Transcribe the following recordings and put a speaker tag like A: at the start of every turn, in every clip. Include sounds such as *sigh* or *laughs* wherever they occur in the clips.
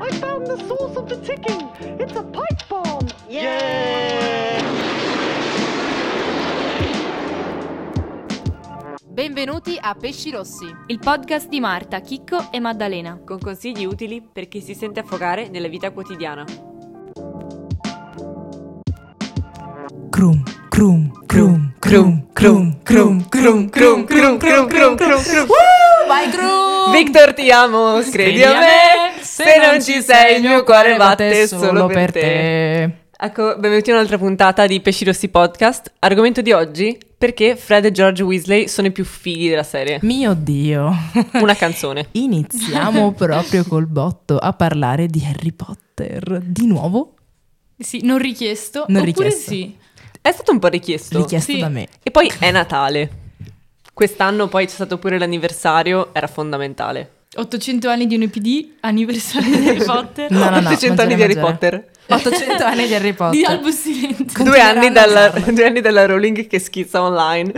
A: I found the source of the ticking. It's a pipe bomb.
B: Benvenuti a Pesci Rossi.
C: Il podcast di Marta, Chicco e Maddalena.
D: con consigli utili per chi si sente affogare nella vita quotidiana.
E: Crum, crum, crum, crum, crum, crum, crum, crum, crum, crum, crum, crum, crum.
B: Vai Gru!
D: Victor ti amo, credi a me, se non ci sei il mio cuore batte solo per te. Ecco, benvenuti a un'altra puntata di Pesci Rossi Podcast. Argomento di oggi, perché Fred e George Weasley sono i più fighi della serie.
E: Mio Dio.
D: Una canzone.
F: *laughs*
E: Iniziamo proprio col botto a parlare di Harry Potter. Di nuovo
F: Sì, non richiesto.
E: Non
F: oppure
E: richiesto.
F: sì.
D: È stato un po' richiesto.
E: richiesto
F: Sì. *laughs*
E: da me.
D: E poi è Natale. Quest'anno poi c'è stato pure l'anniversario, era fondamentale.
F: 800 anni di un EPD, anniversario di
E: *laughs*
F: Harry Potter,
E: No, no, no,
D: 800 anni
E: mangiare,
D: di Harry
E: mangiare.
D: Potter.
E: 800 anni di Harry
F: di
E: Potter.
F: Albus Silente.
D: Due anni, dalla,
E: farlo.
D: due anni dalla Rowling che schizza online.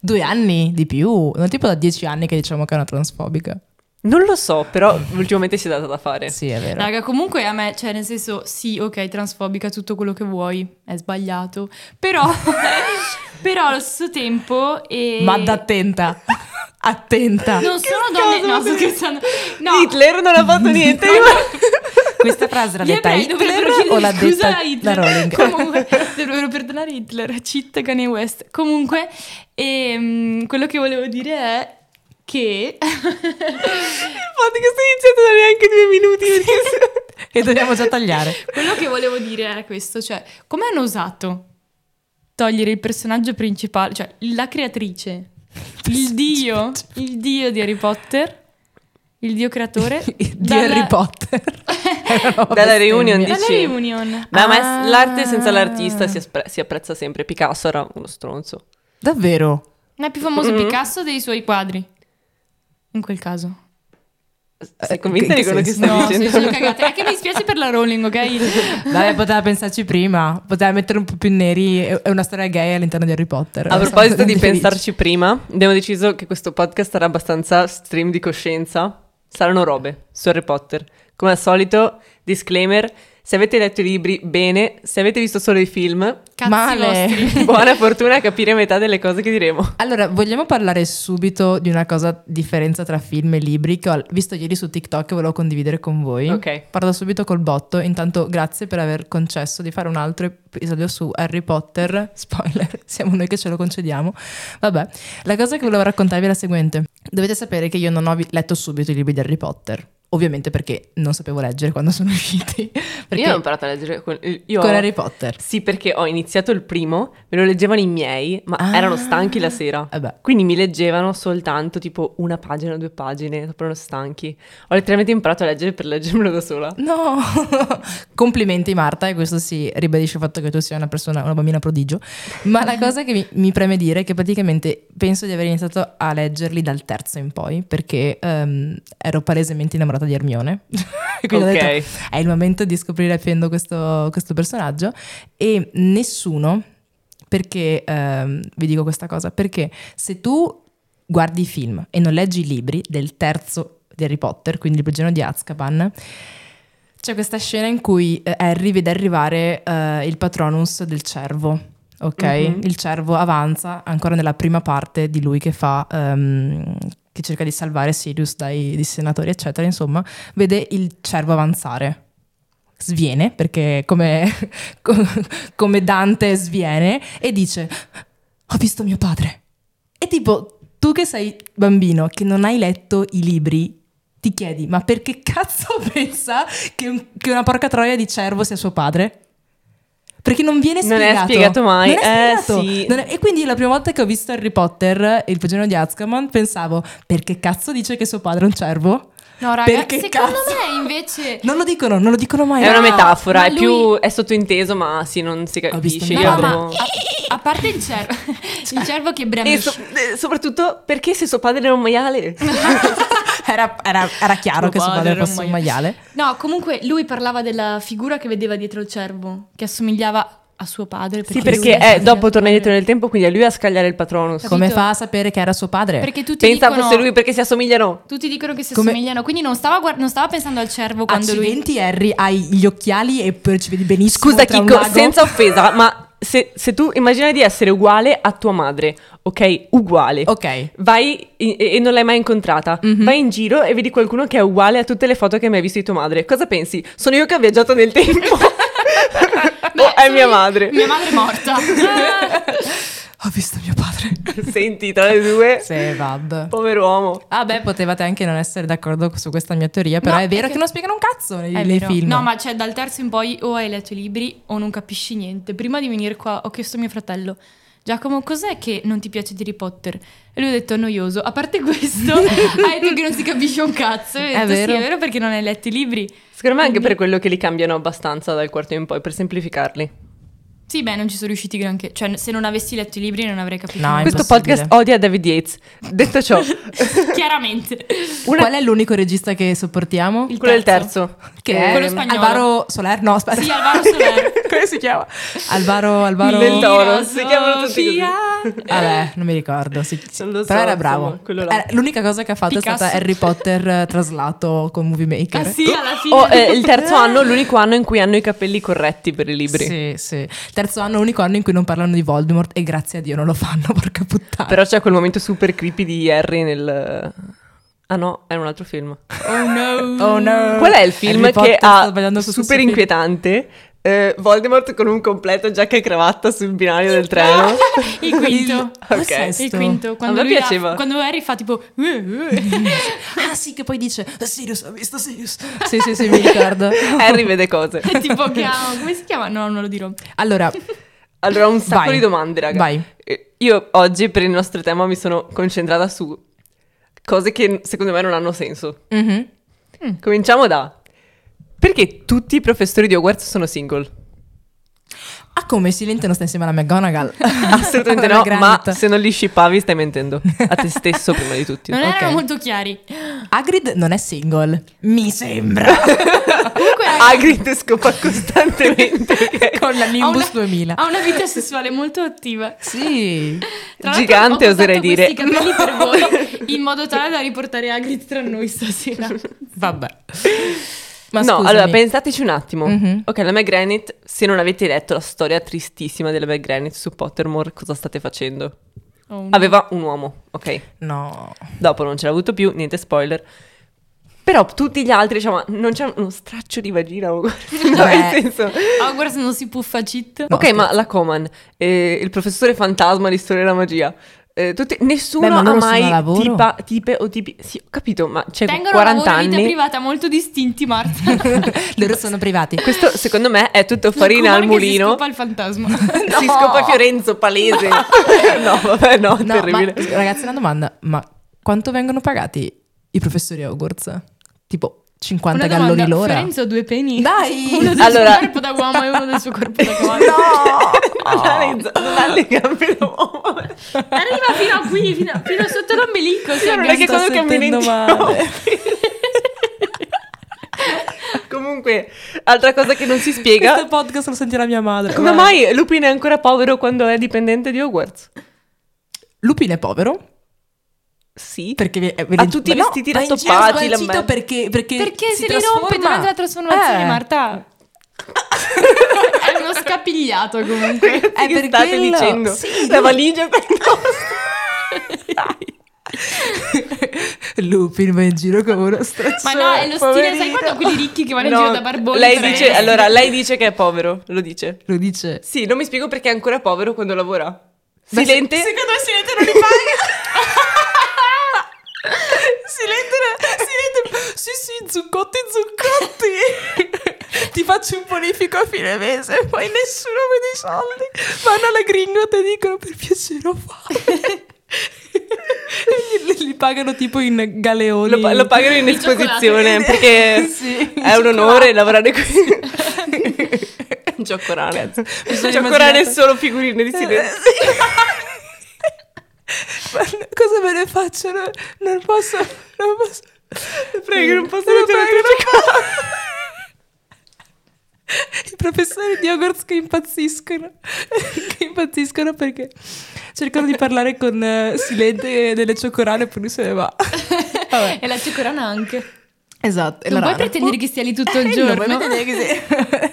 E: Due anni di più. Non tipo da dieci anni che diciamo che è una transfobica.
D: Non lo so, però ultimamente si è data da
F: Eh.
D: fare.
E: Sì, è vero.
F: Raga, comunque a me, cioè nel senso, sì, ok, transfobica, tutto quello che vuoi, è sbagliato, però, *laughs* però allo stesso tempo... E...
E: Ma
F: *laughs*
E: da attenta. Attenta.
F: Non sono donne... No, sto scherzando. No,
D: Hitler non ha
E: *laughs*
D: fatto niente.
E: Questa frase l'ha
F: gli
E: detta
F: ebrei
E: Hitler
F: dovrebbero
E: o
F: chiedere
E: l'ha
F: scusa
E: detta
F: a Hitler.
E: la Rowling? *laughs*
F: Comunque, dovrebbero perdonare Hitler, cheat Kanye West. Comunque, ehm, quello che volevo dire è che... *laughs*
D: Infatti che stai iniziando da neanche due minuti. perché-
E: E dobbiamo già tagliare.
F: Quello che volevo dire era questo, cioè, come hanno osato togliere il personaggio principale, cioè la creatrice,
E: *laughs*
F: il dio, il dio di Harry Potter, il dio creatore
E: *laughs* di
F: dalla-
E: Harry
D: *laughs*
E: Potter.
D: Dalla reunion di-
F: Dalla
D: Dici?
F: reunion.
D: Beh, ma
E: Ah.
D: è- l'arte senza l'artista si, aspre- si apprezza sempre. Picasso era uno stronzo.
E: Davvero?
F: Ma è più famoso
E: Mm-hmm.
D: Mm.
F: Picasso dei suoi quadri. In quel caso.
D: Sei
E: Eh,
D: convinta
E: che-
D: di quello
E: che
D: che
E: senso?
D: stai
F: No, sì,
D: dicendo?
F: sono cagate. È che mi dispiace per la Rowling, ok?
E: Vabbè, poteva pensarci prima. Poteva mettere un po' più neri. È è una storia gay all'interno di Harry Potter.
D: A proposito
E: *laughs*
D: di
E: Felici.
D: pensarci prima, abbiamo deciso che questo podcast sarà abbastanza stream di coscienza. Saranno robe su Harry Potter. Come al solito, disclaimer, se avete letto i libri bene, se avete visto solo i film,
E: *laughs*
F: Cazzi
E: Male.
F: vostri.
D: buona fortuna a capire metà delle cose che diremo.
E: Allora, vogliamo parlare subito di una cosa differenza tra film e libri che ho visto ieri su TikTok e volevo condividere con voi.
D: Ok.
E: Parto subito col botto. Intanto, grazie per aver concesso di fare un altro episodio su Harry Potter. *laughs* Spoiler, siamo noi che ce lo concediamo. Vabbè, la cosa che volevo raccontarvi è la seguente. Dovete sapere che io non ho vi- letto subito i libri di Harry Potter. Ovviamente perché non sapevo leggere quando sono *laughs* usciti. Perché
D: Io ho imparato a leggere con, io
E: con
D: ho-
E: Harry Potter.
D: Sì, perché ho iniziato il primo, me lo leggevano i miei, ma
E: Ah.
D: erano stanchi la sera.
E: Vabbè.
D: Quindi mi leggevano soltanto tipo una pagina, due pagine, dopo erano stanchi. Ho letteralmente imparato a leggere per leggermelo da sola.
E: No, *laughs* complimenti Marta, e questo si ribadisce il fatto che tu sia una persona, una bambina prodigio. Ma la cosa che mi, mi preme dire è che praticamente penso di aver iniziato a leggerli dal terzo in poi, perché ehm, ero palesemente innamorata di Hermione. *laughs* E quindi ho
D: ok.
E: detto, "Eh, è il momento di scoprire appieno questo, questo personaggio. E nessuno, perché ehm, vi dico questa cosa, perché se tu guardi i film e non leggi i libri del terzo di Harry Potter, quindi il prigioniero di Azkaban, c'è questa scena in cui eh, Harry vede arrivare eh, il patronus del cervo. Ok,
D: Mhm.
E: il cervo avanza ancora nella prima parte di lui che fa, ehm, che cerca di salvare Sirius dai dissenatori, eccetera. Insomma, vede il cervo avanzare. Sviene, perché come, co- *laughs* come Dante sviene, e dice, ho visto mio padre. E tipo, tu che sei bambino, che non hai letto i libri, ti chiedi, ma perché cazzo *laughs* pensa che, un- che una porca troia di cervo sia suo padre? Perché non viene
D: Non è
E: spiegato.
D: spiegato mai,
E: Non è
D: eh,
E: spiegato.
D: sì.
E: Non è- E quindi la prima volta che ho visto Harry Potter, il prigioniero di Azkaban, pensavo, perché cazzo dice che suo padre è un cervo?
F: No, raga,
E: Perché
F: secondo
E: cazzo?
F: me invece...
E: Non lo dicono, non lo dicono mai.
D: È una
F: no,
D: metafora,
F: ma
D: è
F: lui-
D: più è sottointeso, ma sì, non si
E: Ho visto
D: capisce.
E: il
D: io
F: No,
E: Cervo.
F: ma
D: avevo-
F: a, a parte il cervo, *laughs* il cervo che
D: E
F: brema.
D: so- eh, soprattutto perché se suo padre era un *laughs* maiale?
E: Era, era- era chiaro
F: Suo
E: che suo
F: padre
E: padre
F: era un
E: fosse un maiale.
F: No, comunque lui parlava della figura che vedeva dietro il cervo, che assomigliava a suo padre.
D: Sì,
F: lui
D: perché
F: è
D: eh, dopo torna indietro nel tempo, quindi è lui a scagliare il patronus.
E: Come fa a sapere che era suo padre?
F: Perché tutti
D: Pensa
F: dicono,
D: fosse lui perché si assomigliano.
F: tutti dicono che si
E: Come-
F: assomigliano, quindi non stava, guard- non stava pensando al cervo quando lui...
E: Accidenti, Harry, hai gli occhiali e percepi benissimo
D: Scusa,
E: tra un
D: Chicco,
E: lago.
D: senza offesa, ma se, se tu immagina di essere uguale a tua madre, ok? Uguale.
E: Ok.
D: Vai in- e e non l'hai mai incontrata.
F: Mhm.
D: Vai in giro e vedi qualcuno che è uguale a tutte le foto che mi hai visto di tua madre. Cosa pensi? Sono io che ho viaggiato
F: *laughs*
D: nel tempo.
F: Beh,
D: o Oh, è
F: sono
D: mia
F: io-
D: madre.
F: Mia madre è
D: *laughs*
F: morta. Ah,
E: Ho visto mio padre.
D: Senti, tra le due,
E: Sì, vabbè.
D: povero uomo.
E: Ah beh, potevate anche non essere d'accordo su questa mia teoria, però
F: No,
E: è vero
F: perché-
E: che non spiegano un cazzo nei,
F: È
E: nei
F: vero.
E: film.
F: No, ma cioè dal terzo in poi o hai letto i libri o non capisci niente. Prima di venire qua ho chiesto a mio fratello, Giacomo, cos'è che non ti piace di Harry Potter? E lui ha detto, noioso. A parte questo, hai detto che non si capisce un cazzo. E ho detto,
E: È vero.
F: sì, è vero perché non hai letto i libri.
D: Secondo me anche
F: Mhm.
D: per quello che li cambiano abbastanza dal quarto in poi, per semplificarli.
F: Sì, beh, non ci sono riusciti granché. Cioè, se non avessi letto i libri non avrei capito.
E: No, è
F: niente.
D: Questo
E: impossibile.
D: podcast odia David Yates.
F: *laughs*
D: Detto ciò,
F: Chiaramente.
E: Qual è l'unico regista che sopportiamo?
F: Il
D: quello è il
F: terzo.
D: terzo.
E: Che
F: quello
E: è ehm,
F: spagnolo.
E: Alvaro Soler? No, aspetta. *laughs*
F: Sì, Alvaro Soler.
D: *laughs*
E: Come si chiama? Alvaro, Alvaro...
D: Del Toro, si chiamano tutti così.
E: Vabbè, non mi ricordo. sì, sì.
D: Non lo so,
E: Però era
D: insomma,
E: bravo.
D: quello là.
E: Eh, l'unica cosa che ha fatto
F: Picasso.
E: è stata Harry Potter eh, traslato con Movie Maker.
F: Ah sì, alla fine.
D: O eh, il terzo anno, l'unico anno in cui hanno i capelli corretti per i libri.
E: Sì, sì. Terzo anno, unico anno in cui non parlano di Voldemort e grazie a Dio non lo fanno, *laughs* porca puttana.
D: Però c'è quel momento super creepy di Harry nel... Ah no, era un altro film.
F: Oh no.
E: Oh no.
D: Qual è il film
E: Harry
D: che
E: Potter sta
D: ha
E: sbagliando su
D: super
E: questo film.
D: inquietante? Eh, Voldemort con un completo giacca e cravatta sul binario del *laughs*
E: *laughs*
D: treno.
F: Il quinto.
E: Il
D: Ok.
E: sesto.
F: Il quinto. Quando
D: A me
F: lui ha-
D: piaceva.
F: quando Harry fa tipo... "Uh,
D: *laughs*
F: uh".
E: Ah sì, che poi dice "Ah, Sirius, ha
D: *laughs*
E: visto Sirius. Sì, sì, sì, mi ricordo.
D: Harry vede cose.
F: È tipo che ha- Come si chiama? No, non lo dirò.
E: Allora,
D: Allora, un sacco
E: Vai.
D: di domande, raga.
E: Vai.
D: Eh, Io oggi per il nostro tema mi sono concentrata su cose che secondo me non hanno senso.
E: mhm.
D: Cominciamo da... Perché tutti i professori di Hogwarts sono single?
E: *laughs* ah come Silente non sta insieme alla McGonagall?
D: *laughs* Assolutamente
E: Alla
D: no,
E: Granit.
D: ma se non li shippavi stai mentendo. A te stesso prima di
E: *laughs*
D: tutti.
F: Non
E: Ok.
F: erano molto chiari.
E: Hagrid non è single,
D: *laughs*
E: mi sembra,
D: Hagrid scopa
E: *laughs*
D: costantemente. ok?
E: con la
F: Ha
E: Nimbus
F: una-
D: *laughs*
E: 2000.
F: Ha una vita sessuale molto attiva.
E: Sì.
F: Tra l'altro,
D: Gigante,
F: ho
D: oserei
F: usato questi
D: dire.
F: capelli per voi, in modo tale da riportare Hagrid tra noi
D: *laughs*
F: stasera.
E: Vabbè. Ma
D: no,
E: scusami.
D: allora pensateci un attimo.
E: Mhm.
D: Ok, la McGranit, se non avete letto la storia tristissima della McGranit su Pottermore, cosa state facendo?
F: Oh, no.
D: Aveva un uomo, ok.
E: No.
D: Dopo non ce l'ha avuto più, niente spoiler. Però tutti gli altri, diciamo, non c'è uno straccio di vagina *laughs* o no,
E: Beh.
D: nel senso.
F: Hogwarts non si puffa cheat.
D: ok, ma la Coman, eh, il professore fantasma di storia della magia. eh, tutti- nessuno
E: Beh, ma
D: ha
E: loro sono a
D: mai
E: lavoro.
D: tipa, tipe o tipi. Sì, ho capito, ma c'è
F: Tengono
D: 40
F: una vita
D: anni.
F: privata molto distinti, Marta.
E: Loro sono privati.
D: Questo secondo me è tutto *laughs* farina
F: Come
D: al
F: che
D: mulino.
F: Si scopa il fantasma.
D: Si scopa Fiorenzo, palese. *laughs* no, vabbè, no,
F: *laughs*
E: No,
D: terribile.
E: ma- ragazzi, una domanda, ma quanto vengono pagati i professori Hogwarts? Tipo 50
F: Una
E: galloni
F: domanda,
E: l'ora?
F: Fiorenzo ha due peni. *laughs*
E: Dai!
F: Uno del
D: Allora-
F: suo corpo da uomo e uno del suo corpo da donna.
D: Non ha le- non ha le *laughs* gambe d'uomo.
F: Arriva fino a qui, fino, fino sotto l'ombelico. Sì,
D: Non è che
E: sto
D: quando cammina in
E: sentendo
D: giro.
F: *laughs*
D: Comunque, altra cosa che non si spiega.
E: podcast lo sentirà mia madre.
D: Come mai Lupin è ancora povero quando è dipendente di Hogwarts?
E: Lupin è povero
D: Sì.
E: perché vi- eh, ve
D: Ha
E: li-
D: tutti i
E: ma no,
D: vestiti
E: va in giro
D: rattoppati, la
E: sgualcito
D: merda.
E: perché perché,
F: Perché
E: si
F: se li
E: trasforma.
F: rompe durante la trasformazione,
E: Eh,
F: Marta? È uno scapigliato comunque.
E: È
D: che
E: per
D: state
E: quello.
D: dicendo?
E: Sì,
D: la valigia per
E: Lupin va in giro come uno straccione.
F: Ma no, è lo stile, sai quando quelli ricchi che vanno in
D: No,
F: giro da barboni?
D: Lei
F: per-
D: dice, allora, lei dice che è povero, lo dice.
E: Lo dice.
D: Sì, non mi spiego perché è ancora povero quando lavora.
E: Beh,
D: Silente?
E: se-
D: secondo me Silente non li paga.
E: Silente, silente. Sì, sì, zuccotti, zuccotti. Ti faccio un bonifico a fine mese, poi nessuno vede i soldi. Vanno alla gringotta e dicono per piacere ho fame. *laughs* E gli- Li pagano tipo in galeoni.
D: lo, pa- lo pagano in esposizione *laughs* perché
E: Sì.
D: è un onore lavorare qui. *laughs* Giocorane. Giocorane è
E: immaginata.
D: solo figurine di Silente.
E: Ma n- cosa me ne faccio? Non, non posso. Non posso.
D: Prego, non posso
E: Non
D: leggere
E: prego,
D: tutte le
E: non posso. I professori di Hogwarts che impazziscono. che impazziscono perché cercano di parlare con eh, Silente delle ciocorane e poi lui se ne va. Vabbè.
F: E la cicorana anche.
E: Esatto. e
F: non
E: la
F: puoi
E: rana.
F: pretendere che stia lì tutto il
E: Eh,
F: giorno.
E: no, puoi pretendere che sì.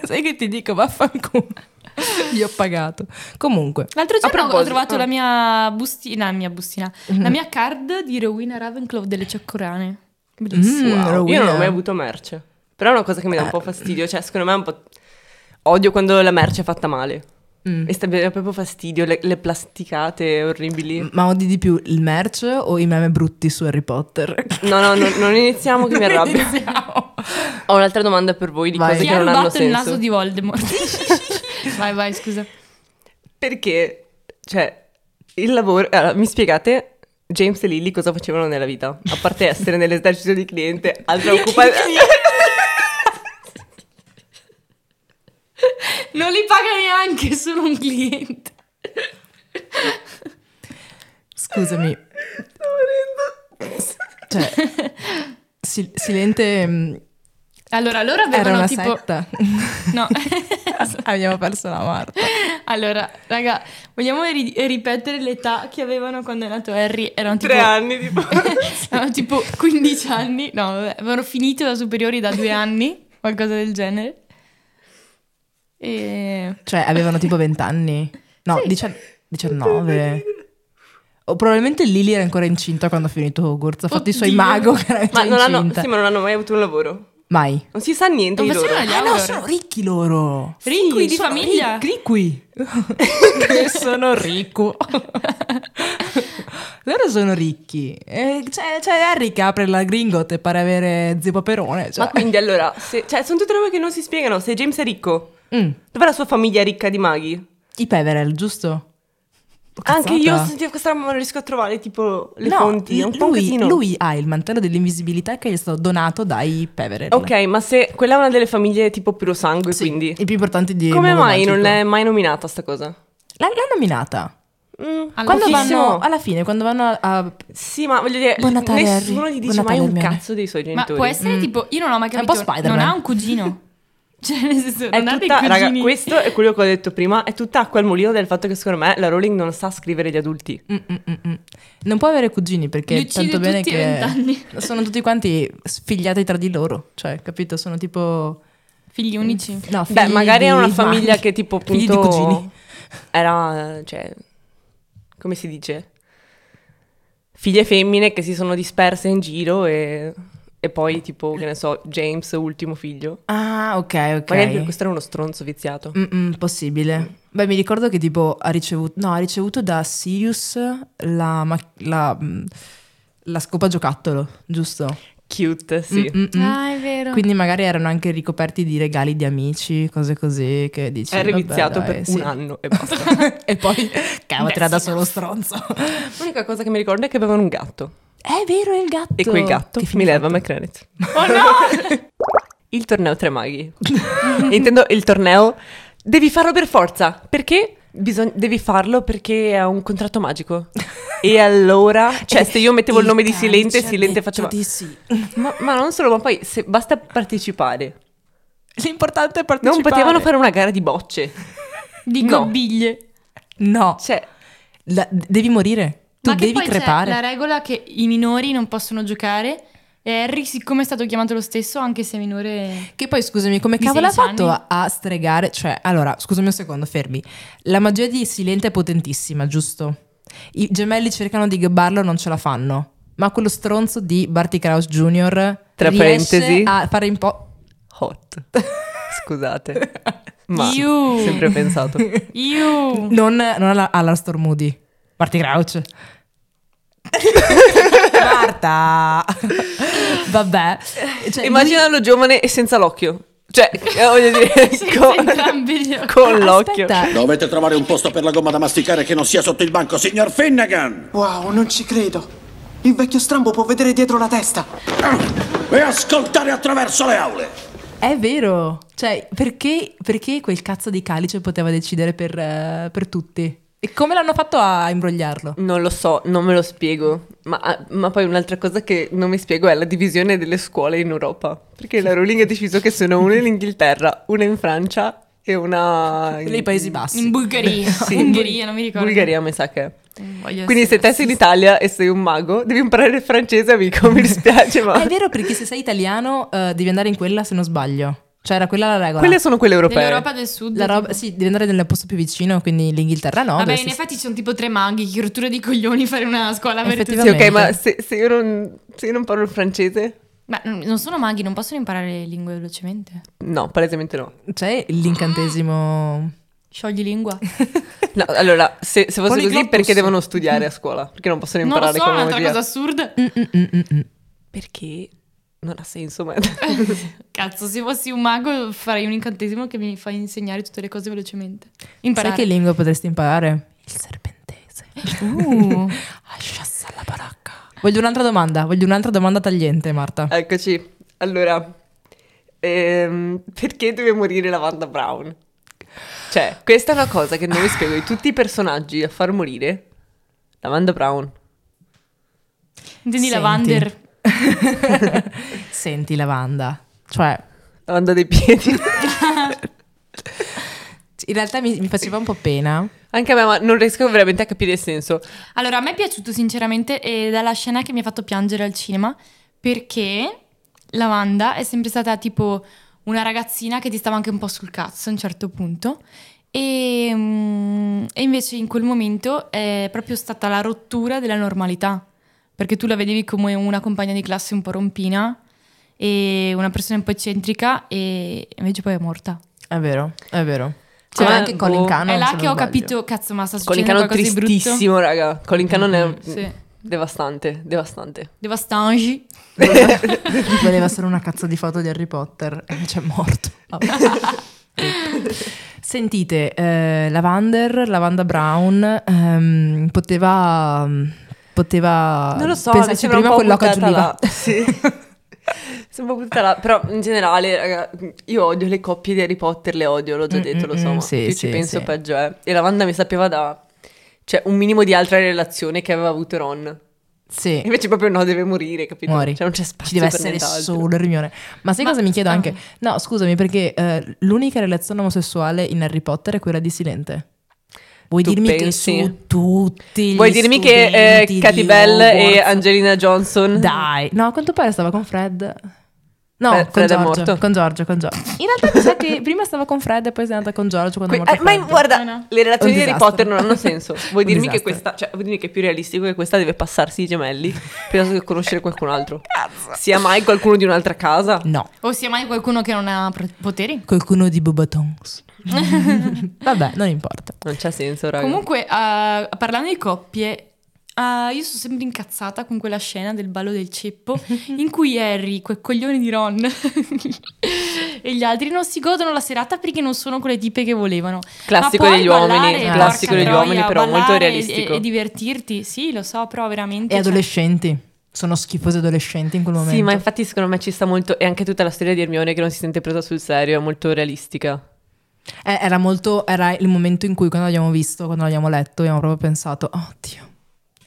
E: *laughs* Sai che ti dico, vaffanculo. Io ho pagato. Comunque,
F: L'altro giorno ho
D: proposito-
F: trovato
D: ah.
F: la mia bustina, mia bustina, la mia card di Rowena Ravenclaw delle cioccorane. Bellissimo.
E: Mm,
D: Wow, Io
E: Rowena.
D: non ho mai avuto merce. Però è una cosa che mi dà un po' fastidio. Cioè, secondo me è un po'. Odio quando la merce è fatta male.
E: Mm.
D: E sta mi dà proprio fastidio. Le, le plasticate orribili.
E: ma odi di più il merch o i meme brutti su Harry Potter?
D: No, no, no, non iniziamo Diciamo che
E: *laughs*
D: mi arrabbio.
E: Iniziamo.
D: *laughs* Ho un'altra domanda per voi di
E: Vai.
D: cose
F: Chi
D: che
F: ha
D: non hanno
F: rubato
D: senso.
F: il naso di Voldemort? *laughs* vai, vai, scusa.
D: Perché, cioè, il lavoro... Allora, mi spiegate James e Lily cosa facevano nella vita? A parte essere *laughs* nell'esercito di cliente, altra occupazione...
F: Non li paga neanche, sono un cliente.
E: Scusami. Cioè, Sil- Silente mm,
F: Allora, loro
E: era
F: avevano
E: una
F: tipo...
E: setta.
F: *laughs* No.
E: *laughs* Abbiamo perso la Marta.
F: allora, raga, vogliamo ri- ripetere l'età che avevano quando è nato Harry? Erano tipo...
D: *laughs*
F: *laughs*
D: Tre anni,
E: *laughs*
D: tipo...
F: Avevano tipo 15 anni. No, vabbè, avevano finito la superiori da due anni, *laughs* qualcosa del genere. E...
E: Cioè, avevano tipo 20 anni. No, 19 19. O probabilmente Lily era ancora incinta quando ha finito Hogwarts. Ha fatto i suoi
F: Oddio.
E: mago che era già
D: Ma non, hanno,
E: incinta.
D: sì, ma non hanno mai avuto un lavoro.
E: Mai.
D: Non si sa niente
F: Non
D: di loro.
F: facevano gli
E: Ah no,
F: Auror?
E: sono ricchi loro.
F: Ricchi, di
E: sono
F: famiglia.
E: ric- Ricchi. *laughs* Che sono ricco. *laughs* loro sono ricchi. Eh, c'è, c'è Harry che apre la Gringot e pare avere zio Paperone. Cioè.
D: Ma quindi allora, se- cioè, sono tutte robe che non si spiegano. Se James è ricco,
E: Mm,
D: dov'è la sua famiglia ricca di maghi?
E: I Peverell, giusto? Oh,
D: Anche io
E: cazzata.
D: senti- questa roba non riesco a trovare, tipo, le
E: No,
D: fonti. È un po' un
E: lui,
D: casino.
E: lui ha il mantello dell'invisibilità che gli è stato donato dai Peverell.
D: Ok, ma se quella è una delle famiglie tipo puro sangue, quindi...
E: I più importanti di
D: Come
E: Mondo
D: mai non
E: Magico.
D: è mai nominata sta cosa?
E: L'ha, l'ha nominata.
D: Mm,
F: Alla
E: Quando
D: pochissimo.
E: vanno, alla fine, quando vanno a
D: Sì, ma voglio dire,
E: Buon Natale,
D: nessuno
E: Harry.
D: gli
E: Buon
D: dice mai
E: Natale,
D: un
E: Hermione.
D: cazzo dei suoi
F: Ma
D: genitori.
F: può essere
E: Mm.
F: tipo, io non ho mai
E: È un
F: capito,
E: po' Spider-Man.
F: non ha un cugino. *laughs* cioè, nel senso,
D: È
F: non ha dei
D: tutta, raga,
F: cugini.
D: questo è quello che ho detto prima, è tutta acqua al mulino del fatto che secondo me la Rowling non sa scrivere gli adulti.
E: Mm, mm, mm, mm. Non può avere cugini
F: Li
E: perché
F: uccide
E: tanto bene
F: tutti a
E: che
F: 20
E: sono tutti quanti sfigliati tra di loro, cioè, capito? Sono tipo
F: Figli unici.
E: no,
D: Beh,
E: figli
D: magari era
E: di
D: una
E: mani.
D: famiglia che tipo
E: Figli
D: appunto
E: di cugini.
D: era cioè come si dice? Figlie femmine che si sono disperse in giro e, e poi tipo che ne so, James ultimo figlio.
E: Ah, ok, ok.
D: Magari per questo era uno stronzo viziato.
E: Mm, mm, possibile. Beh, mi ricordo che tipo ha ricevuto, no, ha ricevuto da Sirius la, ma- la, mm, la scopa giocattolo, giusto?
D: Cute, sì.
E: Mm, mm, mm.
F: Ah, è vero.
E: Quindi magari erano anche ricoperti di regali di amici, cose così che dici.
D: Era
E: vabbè,
D: viziato
E: dai,
D: per
E: sì.
D: un anno e basta.
E: *laughs* e poi cavatela da solo stronzo.
D: L'unica cosa che mi ricordo è che avevano un gatto.
E: È vero, il gatto.
D: E quel gatto
E: Esatto. Che
D: mi
E: fine
D: leva
E: ha fatto?
D: McCrenet. Oh no! *laughs* il torneo tre maghi. *laughs* Intendo il torneo. Devi farlo per forza. Perché? Bisog- devi farlo perché è un contratto magico. E allora,
E: Eh,
D: cioè, se io mettevo il nome di
E: calice
D: Silente,
E: ha
D: Silente
E: detto
D: faceva.
E: eh, di sì.
D: *laughs* Ma, ma non solo, ma poi se basta partecipare.
E: L'importante è
D: Non
E: partecipare.
D: potevano fare una gara di bocce.
F: Di
D: No.
F: gobbiglie.
E: No,
D: Cioè,
E: la- devi morire. Tu
F: Ma che
E: devi
F: poi
E: crepare.
F: c'è la regola che i minori non possono giocare e Harry, siccome è stato chiamato lo stesso, anche se è minore...
E: Che poi scusami, come
F: Di
E: cavolo ha
F: 16
E: fatto
F: anni?
E: a stregare? Cioè, allora, scusami un secondo, fermi. La magia di Silente è potentissima, giusto? I gemelli cercano di gabbarlo, non ce la fanno. Ma quello stronzo di Barty Krause Jr.
D: Tra
E: riesce
D: parentesi.
E: a fare un po'. *laughs*
D: hot. Scusate. Ma
F: Iu.
D: sempre ho pensato.
F: Io...
E: Non, non alla, alla Storm Moody. Marty Crouch. Marta. Vabbè. Cioè,
D: Immaginalo giovane e senza l'occhio.
E: *laughs*
D: Cioè, eh, voglio dire, *laughs* con,
F: Entrambi gli occhi.
D: con
E: lui-
D: l'occhio.
E: Aspetta,
G: Dovete trovare un posto per la gomma da masticare che non sia sotto il banco, signor Finnegan!
H: Wow, non ci credo. Il vecchio strambo può vedere dietro la testa.
G: E ascoltare attraverso le aule!
E: è vero. Cioè, perché, perché quel cazzo di calice poteva decidere per, eh, per tutti? E come l'hanno fatto a imbrogliarlo?
D: Non lo so, non me lo spiego. Ma, ah, ma poi un'altra cosa che non mi spiego è la divisione delle scuole in Europa. Perché la Rowling ha deciso che sono una in Inghilterra, una in Francia e una...
E: Nei Paesi Bassi.
F: In
E: *laughs*
F: Bulgaria.
D: Sì.
F: Bulgaria, non mi ricordo.
D: Bulgaria, mi sa che è.
E: Mm.
F: Voglio
D: Quindi se
F: essere
D: te sei in Italia e sei un mago, devi imparare il francese, amico, mi
E: *laughs*
D: dispiace, ma...
E: È vero perché se sei italiano eh, devi andare in quella se non sbaglio. Cioè era quella la regola.
D: Quelle sono quelle europee.
F: Nell'Europa del Sud.
E: La roba-
F: tipo-
E: sì, devi andare nel posto più vicino, quindi l'Inghilterra no.
F: Vabbè,
E: dovresti-
F: in effetti ci sono tipo tre maghi, che rottura di coglioni fare una scuola per tutti.
D: Sì, ok,
E: effettivamente.
D: ma se, se io non, se io non parlo il francese...
F: Ma n- non sono maghi, non possono imparare le lingue velocemente.
D: No, palesemente no.
E: C'è l'incantesimo...
F: Sciogli
E: *laughs*
F: lingua.
D: No, allora, se, se fosse così,
E: Poliglotus.
D: perché devono studiare a scuola? Perché non possono
F: non lo
D: imparare
F: so, è un'altra
D: cronologia?
F: cosa assurda.
E: Mm. Mm-mm-mm-mm.
D: Perché non ha senso, ma... *laughs*
F: Cazzo, se fossi un mago farei un incantesimo che mi fa insegnare tutte le cose velocemente. Imparare.
E: Sai che lingua potresti imparare? Il serpentese.
F: Uh,
E: *laughs* Asciassa alla baracca. Eh. Voglio un'altra domanda, voglio un'altra domanda tagliente, Marta.
D: Eccoci. Allora, ehm, perché deve morire Lavanda Brown? Cioè, questa è una cosa che non vi spiego di tutti i personaggi a far morire. Lavanda Brown.
F: intendi
E: Senti.
F: lavander.
E: Senti, lavanda. Cioè,
D: Lavanda dei piedi. *laughs*
E: in realtà mi, mi faceva un po' pena.
D: Anche a me, ma non riesco veramente a capire il senso.
F: Allora, a me è piaciuto sinceramente ed è la scena che mi ha fatto piangere al cinema perché Lavanda è sempre stata tipo una ragazzina che ti stava anche un po' sul cazzo a un certo punto e, mm, e invece in quel momento è proprio stata la rottura della normalità perché tu la vedevi come una compagna di classe un po' rompina e una persona un po' eccentrica e invece poi è morta.
E: È vero, è vero.
D: Cioè,
E: Cioè, anche
D: boh,
E: Colin Cannon.
F: è là
E: se
F: che
E: non
F: ho
E: sbaglio.
F: capito, cazzo, ma sta
D: Colin
F: succedendo
D: Cannon
F: qualcosa di brutto. Mm-hmm,
D: tristissimo, raga. Colin Cannon è...
F: Sì.
D: Devastante, devastante.
F: Devastangi.
E: Voleva solo una cazzo di foto di Harry Potter e invece è *laughs* morto. Sentite, eh, Lavander, Lavanda Brown, ehm, poteva... Poteva...
D: Non lo so, mi
E: pensarci
D: sembra un
E: prima
D: po'
E: con l'oca
D: buttata
E: giuliva.
D: là. *laughs* Sì. Sembra un po' buttata là. Però in generale, raga, io odio le coppie di Harry Potter, le odio, l'ho già
E: Mm,
D: detto,
E: mm,
D: lo so,
E: mm,
D: ma
E: sì,
D: più
E: sì,
D: ci penso
E: sì.
D: peggio è. E la Wanda mi sapeva da... Cioè, un minimo di altra relazione che aveva avuto Ron.
E: Sì.
D: Invece proprio no, deve morire, capito?
E: Eh. Muori.
D: Cioè, non c'è spazio
E: Ci deve
D: per
E: essere
D: nient'altro.
E: solo il riunione. Ma sai
F: Ma-
E: cosa mi chiedo
F: ah.
E: anche? No, scusami, perché eh, l'unica relazione omosessuale in Harry Potter è quella di Silente. Vuoi
D: Tu
E: dirmi
D: pensi?
E: che su tutti gli
D: Vuoi dirmi che eh,
E: studenti
D: Katy
E: di
D: Bell e
E: Hogwarts-
D: Angelina Johnson...
E: Dai. No, a quanto pare stava con Fred. No,
D: Fred-
E: con,
D: Fred è
E: Giorgio,
D: morto.
E: con Giorgio, con Giorgio. In realtà mi sa che prima stava con Fred e poi si è andata con Giorgio quando
D: Que-
E: è morto
D: eh, ma
E: Fred.
D: guarda,
F: No, no.
D: le relazioni
E: Un
D: di Harry
E: disastro.
D: Potter non hanno
E: *laughs*
D: senso. Vuoi
E: Un
D: dirmi che
E: disastro.
D: questa, cioè, vuoi dirmi che è più realistico che questa deve passarsi i
E: *laughs*
D: gemelli piuttosto che conoscere qualcun altro? Sia mai qualcuno di un'altra casa?
E: No,
F: O sia mai qualcuno che non ha pro- poteri.
E: qualcuno
D: *laughs*
E: di Bobatons. Vabbè, non importa.
D: Non c'ha senso, raga.
F: Comunque, eh, parlando di coppie, eh, io sono sempre incazzata con quella scena del ballo del
D: *laughs*
F: ceppo in cui Harry, quel coglione di Ron *laughs* e gli altri non si godono la serata perché non sono quelle tipe che volevano.
D: classico
F: Ma poi
D: degli uomini,
F: ballare,
D: classico
F: porca
D: degli
F: troia,
D: uomini, però molto
F: ballare e-
D: realistico.
F: E, divertirti, sì, lo so, però veramente.
E: E
F: cioè,
E: adolescenti. Sono schifosi adolescenti in quel momento.
D: Sì, ma infatti secondo me ci sta molto e anche tutta la storia di Hermione che non si sente presa sul serio, è molto realistica.
E: Eh, era molto. Era il momento in cui, quando l'abbiamo visto, quando l'abbiamo letto, abbiamo proprio pensato: Oh Dio,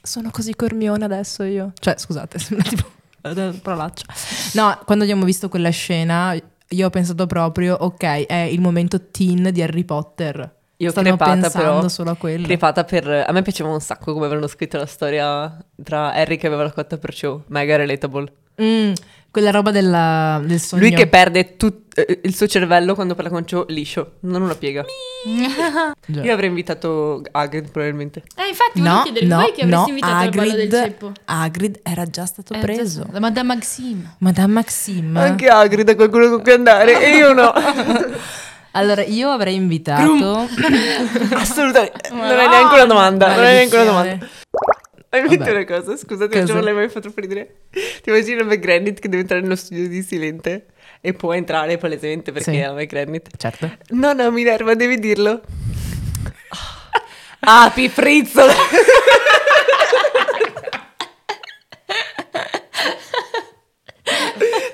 E: sono così cormione adesso io. Cioè, scusate, *laughs* sembra tipo. una parolaccia. No, quando abbiamo visto quella scena, io ho pensato proprio: Ok, è il momento teen di Harry Potter.
D: Io
E: Stanno
D: crepata
E: pensando
D: però.
E: solo a quello.
D: Crepata per a me piaceva un sacco come avevano scritto la storia tra Harry che aveva la cotta per Cho, mega relatable.
E: Mm, quella roba della- del sogno.
D: Lui che perde tut- eh, il suo cervello quando parla con Cho liscio, non una piega.
E: Già.
D: *laughs* Io avrei invitato Hagrid probabilmente.
F: Eh, infatti, volevo
E: No,
F: chiedere,
E: no,
F: voi che avresti
E: no,
F: invitato al ballo del ceppo? Eh,
E: Hagrid, Hagrid era già stato preso.
F: Ma da Maxime.
E: Madame Maxim.
D: Anche Hagrid è qualcuno con cui andare e io no.
E: *laughs* Allora, io avrei invitato.
D: *laughs* Assolutamente. Non è neanche una domanda, non è neanche una domanda. Hai in mente
E: Vabbè.
D: una cosa? Scusate,
E: Cosa?
D: non l'hai mai fatto per dire. Ti immagino McGranit che deve entrare nello studio di Silente e può entrare palesemente perché
E: Sì.
D: è McGranit.
E: Certo.
D: No, no, Minerva, devi dirlo. Api frizzola.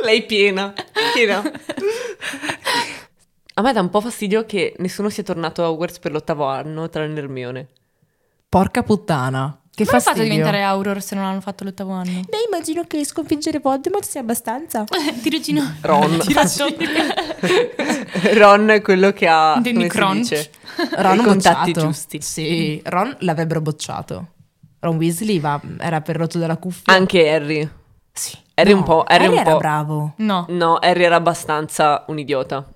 D: Lei piena, piena. A me dà un po' fastidio che nessuno sia tornato a Hogwarts per l'ottavo anno, tranne Hermione.
E: Porca puttana. Che
F: Come hanno fatto
E: fastidio.
F: a diventare Auror se non hanno fatto l'ottavo
E: *laughs*
F: anno?
E: Beh, immagino che sconfiggere Voldemort sia abbastanza.
F: Tirocino.
D: Ron.
F: Tirocino.
D: *laughs* Ron è quello che ha
F: Danny
D: come si
F: Crunch.
D: dice?
E: Ron
D: i contatti
E: bocciato.
D: giusti.
E: Sì, Ron l'avrebbero bocciato. Ron Weasley va- era per rotto dalla cuffia.
D: Anche Harry.
E: Sì.
D: Harry un po', Harry un
E: era
D: po'.
E: bravo.
F: No.
D: No, Harry era abbastanza un idiota.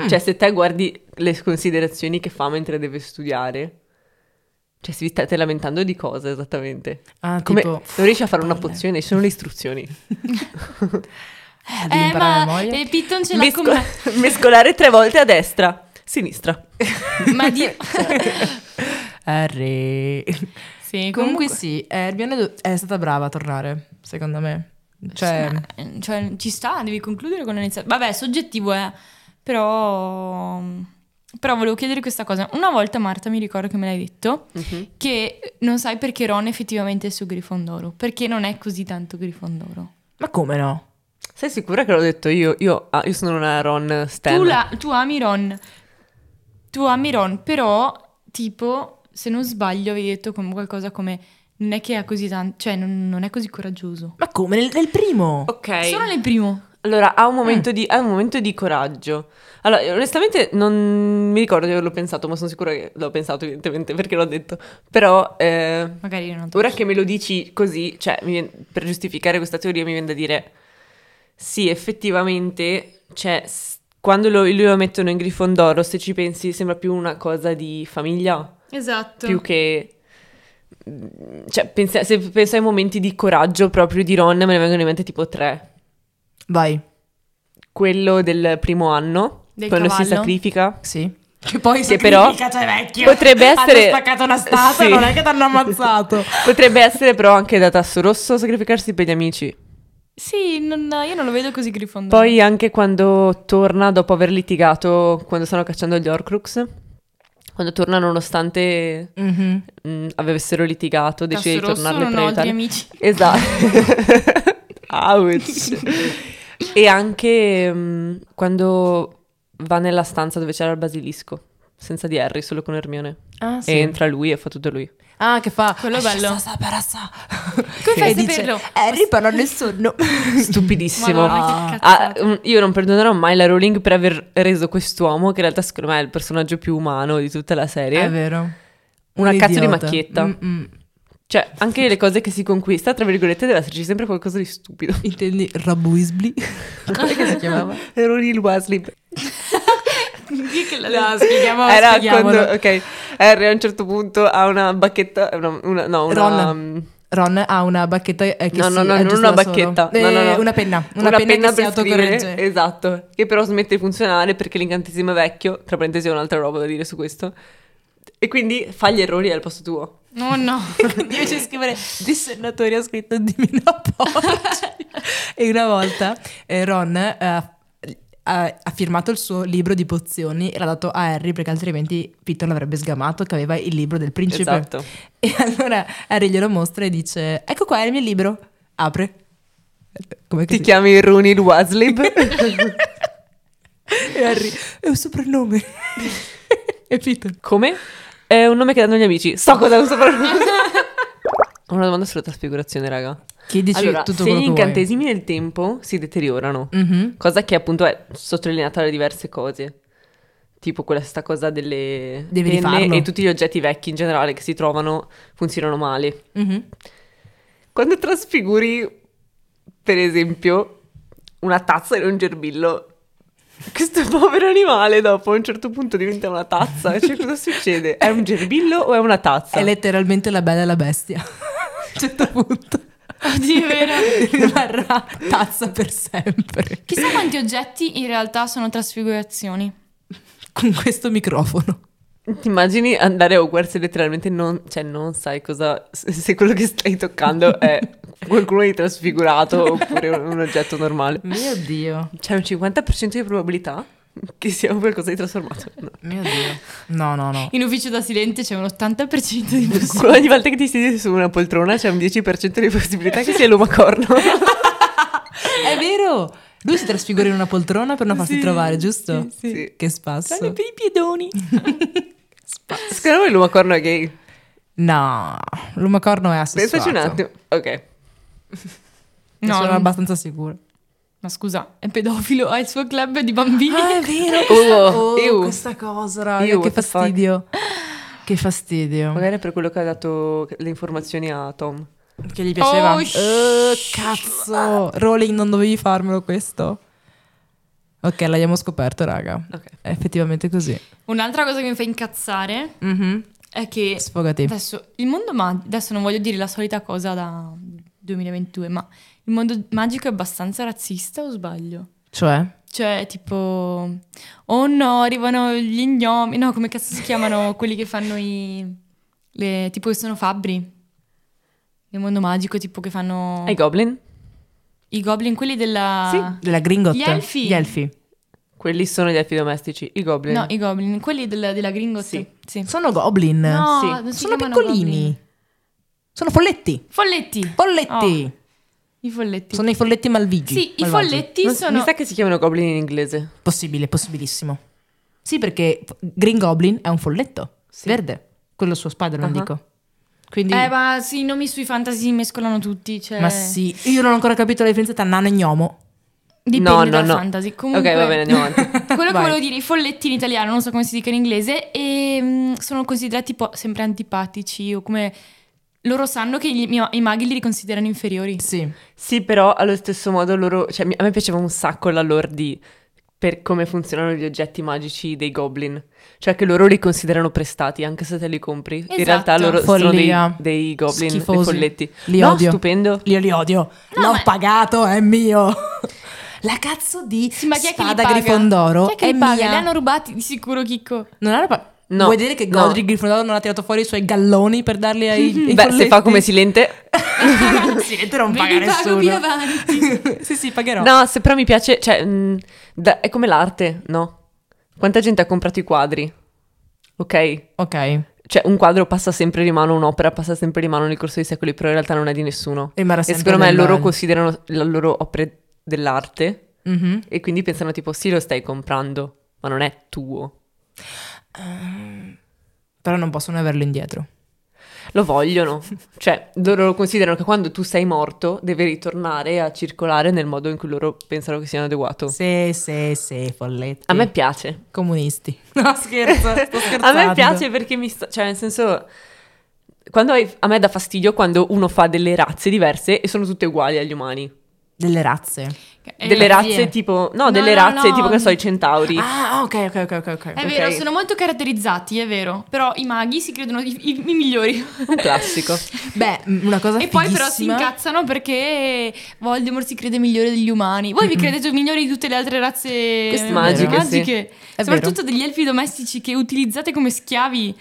E: Mm.
D: Cioè, se te guardi le considerazioni che fa mentre deve studiare, cioè, si state lamentando di cosa esattamente?
E: Ah,
D: Come
E: tipo,
D: non riesci a fare una
E: palle.
D: pozione, ci sono le istruzioni.
E: Eh, devi
F: Eh,
E: imparare a
F: ma
E: memoria.
F: eh, Piton ce l'ha
D: Mesco-
F: con me.
D: *laughs* mescolare tre volte a destra, sinistra.
F: Ma Dio.
E: Harry.
F: sì,
E: Comunque sì, eh, Hermione do- è stata brava a tornare, secondo me. Cioè,
F: Eh, cioè, ci sta, devi concludere con l'inizio. Vabbè, soggettivo è. Però. Però volevo chiedere questa cosa. Una volta, Marta, mi ricordo che me l'hai detto, che non sai perché Ron effettivamente è su Grifondoro. Perché non è così tanto Grifondoro.
E: ma come no?
D: Sei sicura che l'ho detto io? Io, ah, io sono una Ron Stan.
F: Tu, la- tu ami Ron. Tu ami Ron, però, tipo, se non sbaglio, avevi detto come qualcosa come. Non è che ha così tanto. Cioè, non, non è così coraggioso.
E: Ma come nel, nel primo?
D: Ok.
F: Solo nel primo.
D: Allora, ha un, momento di, ha un momento di coraggio. Allora, onestamente non mi ricordo di averlo pensato, ma sono sicura che l'ho pensato, evidentemente, perché l'ho detto. Però, eh,
F: Magari non
D: ora che me lo dici così, cioè, mi vien- per giustificare questa teoria mi viene da dire, sì, effettivamente, cioè, s- quando lo, lo mettono in Grifondoro, se ci pensi, sembra più una cosa di famiglia,
F: Esatto.
D: più che... Cioè, pensa- se penso ai momenti di coraggio proprio di Ron, me ne vengono in mente tipo tre
E: Vai,
D: quello del primo anno,
F: Del
D: quando si
F: cavallo?
D: sacrifica.
E: sì.
D: Che poi che però Potrebbe essere. cioè, spaccato una *laughs* statua, non è che
E: L'hanno ammazzato.
D: Potrebbe essere, però, anche da tasso rosso sacrificarsi per gli amici.
F: Sì, non- io non lo vedo così Grifondoro.
D: Poi, anche quando torna dopo aver litigato, quando stanno cacciando gli Orcrux. Quando torna, nonostante
E: *laughs* Mhm.
D: mh, avessero litigato, decide
F: Tasso
D: di
F: rosso,
D: tornarle
F: non
D: per
F: ho altri
D: aiutare.
F: amici.
D: Esatto. Ouch. Esatto. e anche mh, quando va nella stanza dove c'era il basilisco, senza di Harry, solo con Hermione.
E: Ah, sì.
D: E entra lui e fa tutto lui.
E: Ah, che fa?
F: Quello è bello.
E: Sa, sa, para, sa.
F: Come fai
E: E
F: a
E: dice,
F: saperlo?
D: Eh,
E: Harry parla nel sonno.
D: Stupidissimo.
F: Madonna, che
D: Ah,
F: cazzata.
D: mm, io non perdonerò mai la Rowling per aver reso quest'uomo, che in realtà secondo me è il personaggio più umano di tutta la serie,
E: È vero.
D: una
E: Un
D: cazzo di
E: idiota.
D: macchietta.
E: Mm-mm.
D: Cioè, anche le cose che si conquista, tra virgolette, deve esserci sempre qualcosa di stupido.
E: Intendi Rob Weasley? *laughs* Come si chiamava?
D: Ronil Weasley.
F: Dì che la, la spieghiamo,
D: Era
F: spieghiamolo.
D: quando, ok, Harry a un certo punto ha una bacchetta, una, una- no, una...
E: Ron. Ron ha una bacchetta eh, che
D: No,
E: si
D: no, no, non
E: aggiusta
D: una
E: da solo.
D: bacchetta,
E: Eh,
D: no, no, no.
E: Una penna, una, penna, che si
D: per
E: autocorregge.
D: scrivere, Esatto, che però smette di funzionare perché l'incantesimo è vecchio, tra parentesi ho un'altra roba da dire su questo, e quindi fa gli errori al posto tuo.
F: No, no.
E: Invece di scrivere dissennatori ha scritto dimmi una Porci. *laughs* e una volta eh, Ron eh, ha, ha firmato il suo libro di pozioni e l'ha dato a Harry perché altrimenti Piton l'avrebbe sgamato che aveva il libro del principe.
D: Esatto.
E: *laughs* E allora Harry glielo mostra e dice ecco qua è il mio libro, apre. Come
D: Ti chiami Ronil Weasley?
E: E Harry è un soprannome. e Piton
D: *laughs* Come? È un nome che danno gli amici. So cosa è un
E: *laughs*
D: soprannome. Ho una domanda sulla trasfigurazione, raga.
E: chiedici
D: allora,
E: tutto
D: se
E: quello
D: gli
E: che vuoi.
D: incantesimi nel tempo si deteriorano,
E: Mhm.
D: cosa che appunto è sottolineata da diverse cose, tipo quella stessa cosa delle
E: Devi
D: penne
E: rifarlo.
D: e tutti gli oggetti vecchi in generale che si trovano funzionano male.
E: Mhm.
D: Quando trasfiguri, per esempio, una tazza in un gerbillo, *laughs* questo povero animale dopo a un certo punto diventa una tazza. Cioè, cosa succede? È un gerbillo o è una tazza?
E: È letteralmente la bella e
D: *laughs*
E: la bestia. A un certo punto.
F: Oddio, è vero.
E: Rimarrà tazza per sempre.
F: Chissà quanti oggetti in realtà sono trasfigurazioni.
E: Con questo microfono.
D: Ti immagini andare a Hogwarts e letteralmente non, cioè non sai cosa, se se quello che stai toccando è qualcuno di trasfigurato oppure un, un oggetto normale.
E: Mio Dio.
D: C'è un 50% di probabilità che sia un qualcosa di trasformato. *laughs* No.
E: Mio Dio. No, no, no.
F: In ufficio da silente c'è un 80% di
D: *laughs*
F: possibilità.
D: Ogni volta che ti siedi su una poltrona c'è un 10% di possibilità che sia l'umacorno.
E: È vero. Lui si trasfigura in una poltrona per non farsi trovare, giusto?
D: *laughs* sì, sì.
E: Che spasso.
D: Secondo me l'umacorno è gay.
E: No, l'umacorno è
D: Pensaci
E: assessuato.
D: un attimo. Ok.
E: No, sono
F: non-
E: abbastanza sicura. *laughs*
F: Ma scusa, è pedofilo, ha il suo club di bambini.
E: Ah,
D: Ah,
E: vero.
D: Oh, ew.
E: questa cosa, raga,
D: Ew,
E: che
D: what the fuck.
E: fastidio. Che fastidio.
D: Magari è per quello che ha dato le informazioni a Tom.
E: Che gli piaceva.
F: Oh,
D: Uh,
E: Eh, cazzo. Rowling, non dovevi farmelo questo. Ok, l'abbiamo scoperto, raga.
D: Ok.
E: È effettivamente così.
F: Un'altra cosa che mi fa incazzare
E: Mhm.
F: è che
E: Sfogati.
F: adesso il mondo magico, adesso non voglio dire la solita cosa da 2022, ma il mondo magico è abbastanza razzista o sbaglio?
E: Cioè?
F: Cioè, tipo, oh no, arrivano gli gnomi, no, come cazzo si chiamano quelli che fanno i, le- tipo che sono fabbri? Nel mondo magico, tipo che fanno
D: Ai goblin?
F: i goblin, quelli della...
E: Sì, della Gringot.
F: Ah. Gli elfi.
E: Gli elfi.
D: Quelli sono gli elfi domestici. I goblin.
F: No, i goblin, quelli della, della Gringot.
D: Sì.
E: Sono goblin.
F: No,
D: Sì.
F: non si
E: Sono
F: chiamano
E: piccolini.
F: goblin.
E: Sono folletti.
F: Folletti.
E: Folletti.
F: I folletti.
E: Sono i folletti malvigi.
F: Oh, sì, i
E: malvagi.
F: folletti
D: Non-
F: sono...
D: Mi sa che si chiamano goblin in inglese.
E: Possibile, possibilissimo. Sì, perché f- Green Goblin è un folletto verde. Quello suo Spider-Man,
D: Ah.
E: dico. Quindi...
F: Eh, ma sì, i nomi sui fantasy si mescolano tutti, cioè...
E: Ma sì, io non ho ancora capito la differenza tra nano e gnomo.
F: Dipende
D: no, no,
F: dal
D: no.
F: fantasy. Comunque,
D: Ok, va bene,
F: *laughs*
D: andiamo avanti.
F: Quello che
E: Vai.
F: volevo dire, i folletti in italiano, non so come si dica in inglese, e mm, sono considerati po- sempre antipatici o come... Loro sanno che gli- i ma- i maghi li considerano inferiori.
E: Sì.
D: sì, però allo stesso modo loro... Cioè, mi- a me piaceva un sacco la lore di... Per come funzionano gli oggetti magici dei goblin. Cioè che loro li considerano prestati, anche se te li compri. In
F: Esatto.
D: realtà loro
E: Follia.
D: sono dei, dei goblin, dei
E: Schifosi.
D: folletti.
E: Li
D: no,
E: odio.
D: stupendo.
E: Io li odio. L'ho
F: ma-
E: pagato, è mio. *laughs* La cazzo di
F: Sì, ma chi è che li
E: spada
F: paga?
E: Grifondoro
F: Chi è che li
E: è
F: paga?
E: mia.
F: Li hanno rubati, di sicuro, Chicco.
E: Non hanno pa-
D: No,
E: Vuoi dire che
D: no.
E: Godric Grifondoro non ha tirato fuori i suoi galloni per darli ai, ai
D: Beh, se fa come silente...
E: Eh,
D: *laughs*
E: *laughs* folletti? Silente non
F: Ve
E: paga
F: li pago più
E: nessuno.
F: avanti.
E: *laughs* sì, sì, pagherò.
D: No, se però mi piace, cioè, mh, da- è come l'arte, no? Quanta gente ha comprato i quadri? Ok?
E: Ok.
D: Cioè, un quadro passa sempre di mano, un'opera passa sempre di mano nel corso dei secoli, però in realtà non è di nessuno.
E: E Mara
D: E
E: sempre
D: secondo me
E: del-
D: loro considerano la loro opere dell'arte
E: Mhm.
D: e quindi pensano tipo, sì, lo stai comprando, ma non è tuo.
E: Però non possono averlo indietro.
D: Lo
E: *laughs*
D: vogliono. cioè, loro lo considerano che quando tu sei morto deve ritornare a circolare nel modo in cui loro pensano che sia adeguato.
E: Sì, sì, sì, folletti.
D: A me piace.
E: Comunisti. No, scherzo. *laughs* Sto scherzando.
D: *laughs* A me piace perché mi sta... Cioè, nel senso... Quando hai- a me dà fastidio quando uno fa delle razze diverse e sono tutte uguali agli umani.
E: Delle razze.
F: Eh,
D: delle
F: sì,
D: razze
F: eh.
D: tipo... No,
F: No,
D: delle
F: no,
D: razze
F: no.
D: tipo, che ne so, i centauri.
E: Ah, ok, ok, ok, ok. ok.
F: È vero,
D: Ok.
F: sono molto caratterizzati, è vero. Però i maghi si credono i, i- i
D: *laughs*
F: migliori.
D: Un classico.
E: Beh, m- una cosa
F: E poi però si
E: fighissima-
F: incazzano perché Voldemort si crede migliore degli umani. Voi vi credete migliori di tutte le altre razze
D: Questo è Magiche, vero. sì.
F: magiche?
E: È
F: Soprattutto degli elfi domestici che utilizzate come schiavi,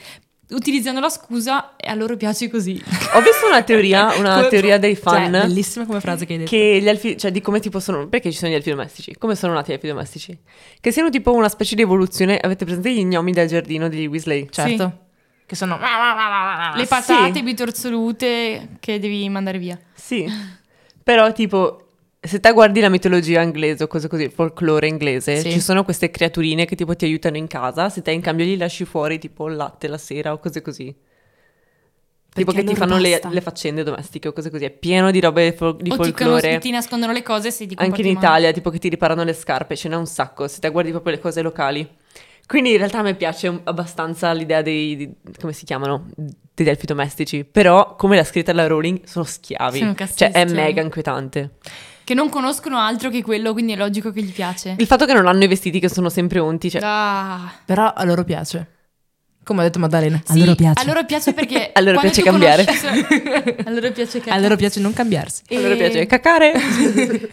F: utilizzando la scusa, e a loro piace così.
D: Ho visto una teoria, una
E: Come-
D: teoria dei
E: Cioè,
D: fan.
E: bellissima come frase che hai detto.
D: che gli elfi, cioè di come tipo sono, perché ci sono gli elfi domestici? Come sono nati gli elfi domestici? Che siano tipo una specie di evoluzione, avete presente gli gnomi del giardino degli Weasley? Cioè,
E: Certo. Che sono...
F: le
D: Ah, sì?
F: patate bitorsolute che devi mandare via.
D: Sì, però tipo, se te guardi la mitologia inglese o cose così, il folklore inglese,
E: Sì.
D: ci sono queste creaturine che tipo ti aiutano in casa, se te in cambio gli lasci fuori tipo il latte la sera o cose così. tipo che ti
E: loro
D: fanno le,
E: basta.
D: le faccende domestiche o cose così, è pieno di robe fol- di
F: o ti,
D: folklore.
F: conos- ti nascondono le cose se ti
D: Anche
F: comporti
D: in
F: male.
D: Italia, tipo che ti riparano le scarpe, ce n'è un sacco, se te guardi proprio le cose locali. Quindi in realtà a me piace un- abbastanza l'idea dei, di- come si chiamano, degli elfi domestici, però come l'ha scritta la Rowling sono schiavi,
F: Sono cazzo
D: cioè
F: di
D: è
F: schiavi.
D: mega inquietante.
F: Che non conoscono altro che quello, quindi è logico che gli piace.
D: Il fatto che non hanno i vestiti che sono sempre onti, cioè
F: Ah.
E: Però a loro piace. Come ha detto Maddalena.
F: Sì, A loro piace perché...
D: *laughs* A loro
F: quando
D: piace
F: tu
D: cambiare.
F: conosci- a loro
D: *laughs*
F: piace
E: A
F: cambiare.
E: loro piace non cambiarsi.
D: a loro
F: E-
D: piace cacare.
F: *laughs*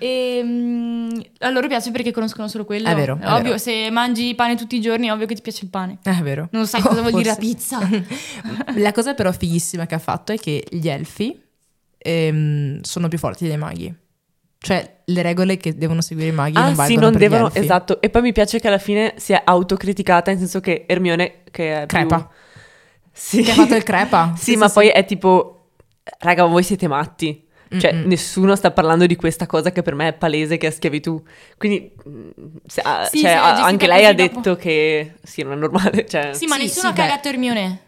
F: E, mm, a loro piace perché conoscono solo quello.
E: È vero, è
F: ovvio,
E: vero.
F: se mangi pane tutti i giorni, è ovvio che ti piace il pane.
E: Eh, È vero.
F: Non sai
E: *laughs*
F: cosa
E: Oh,
F: vuol dire la
E: forse.
F: pizza.
E: La cosa però fighissima che ha fatto è che gli elfi ehm, sono più forti dei maghi. Cioè, le regole che devono seguire i maghi non
D: ah
E: valgono
D: sì, non
E: per gli
D: devono,
E: elfi.
D: esatto. E poi mi piace che alla fine sia autocriticata, nel senso che Ermione, che è più-
E: Crepa.
D: Sì.
E: Che ha fatto il crepa.
D: *laughs* Sì, ma poi è tipo, raga, voi siete matti. Cioè, nessuno sta parlando di questa cosa che per me è palese, che è schiavitù. Quindi, mh, se- ah,
F: Sì,
D: cioè,
F: se la
D: ah,
F: gestita
D: anche lei ha
F: così dopo-
D: detto che sì, non è normale. *laughs* Cioè,
F: Sì, ma
E: Sì,
F: nessuno
E: sì,
F: ha cagato Hermione.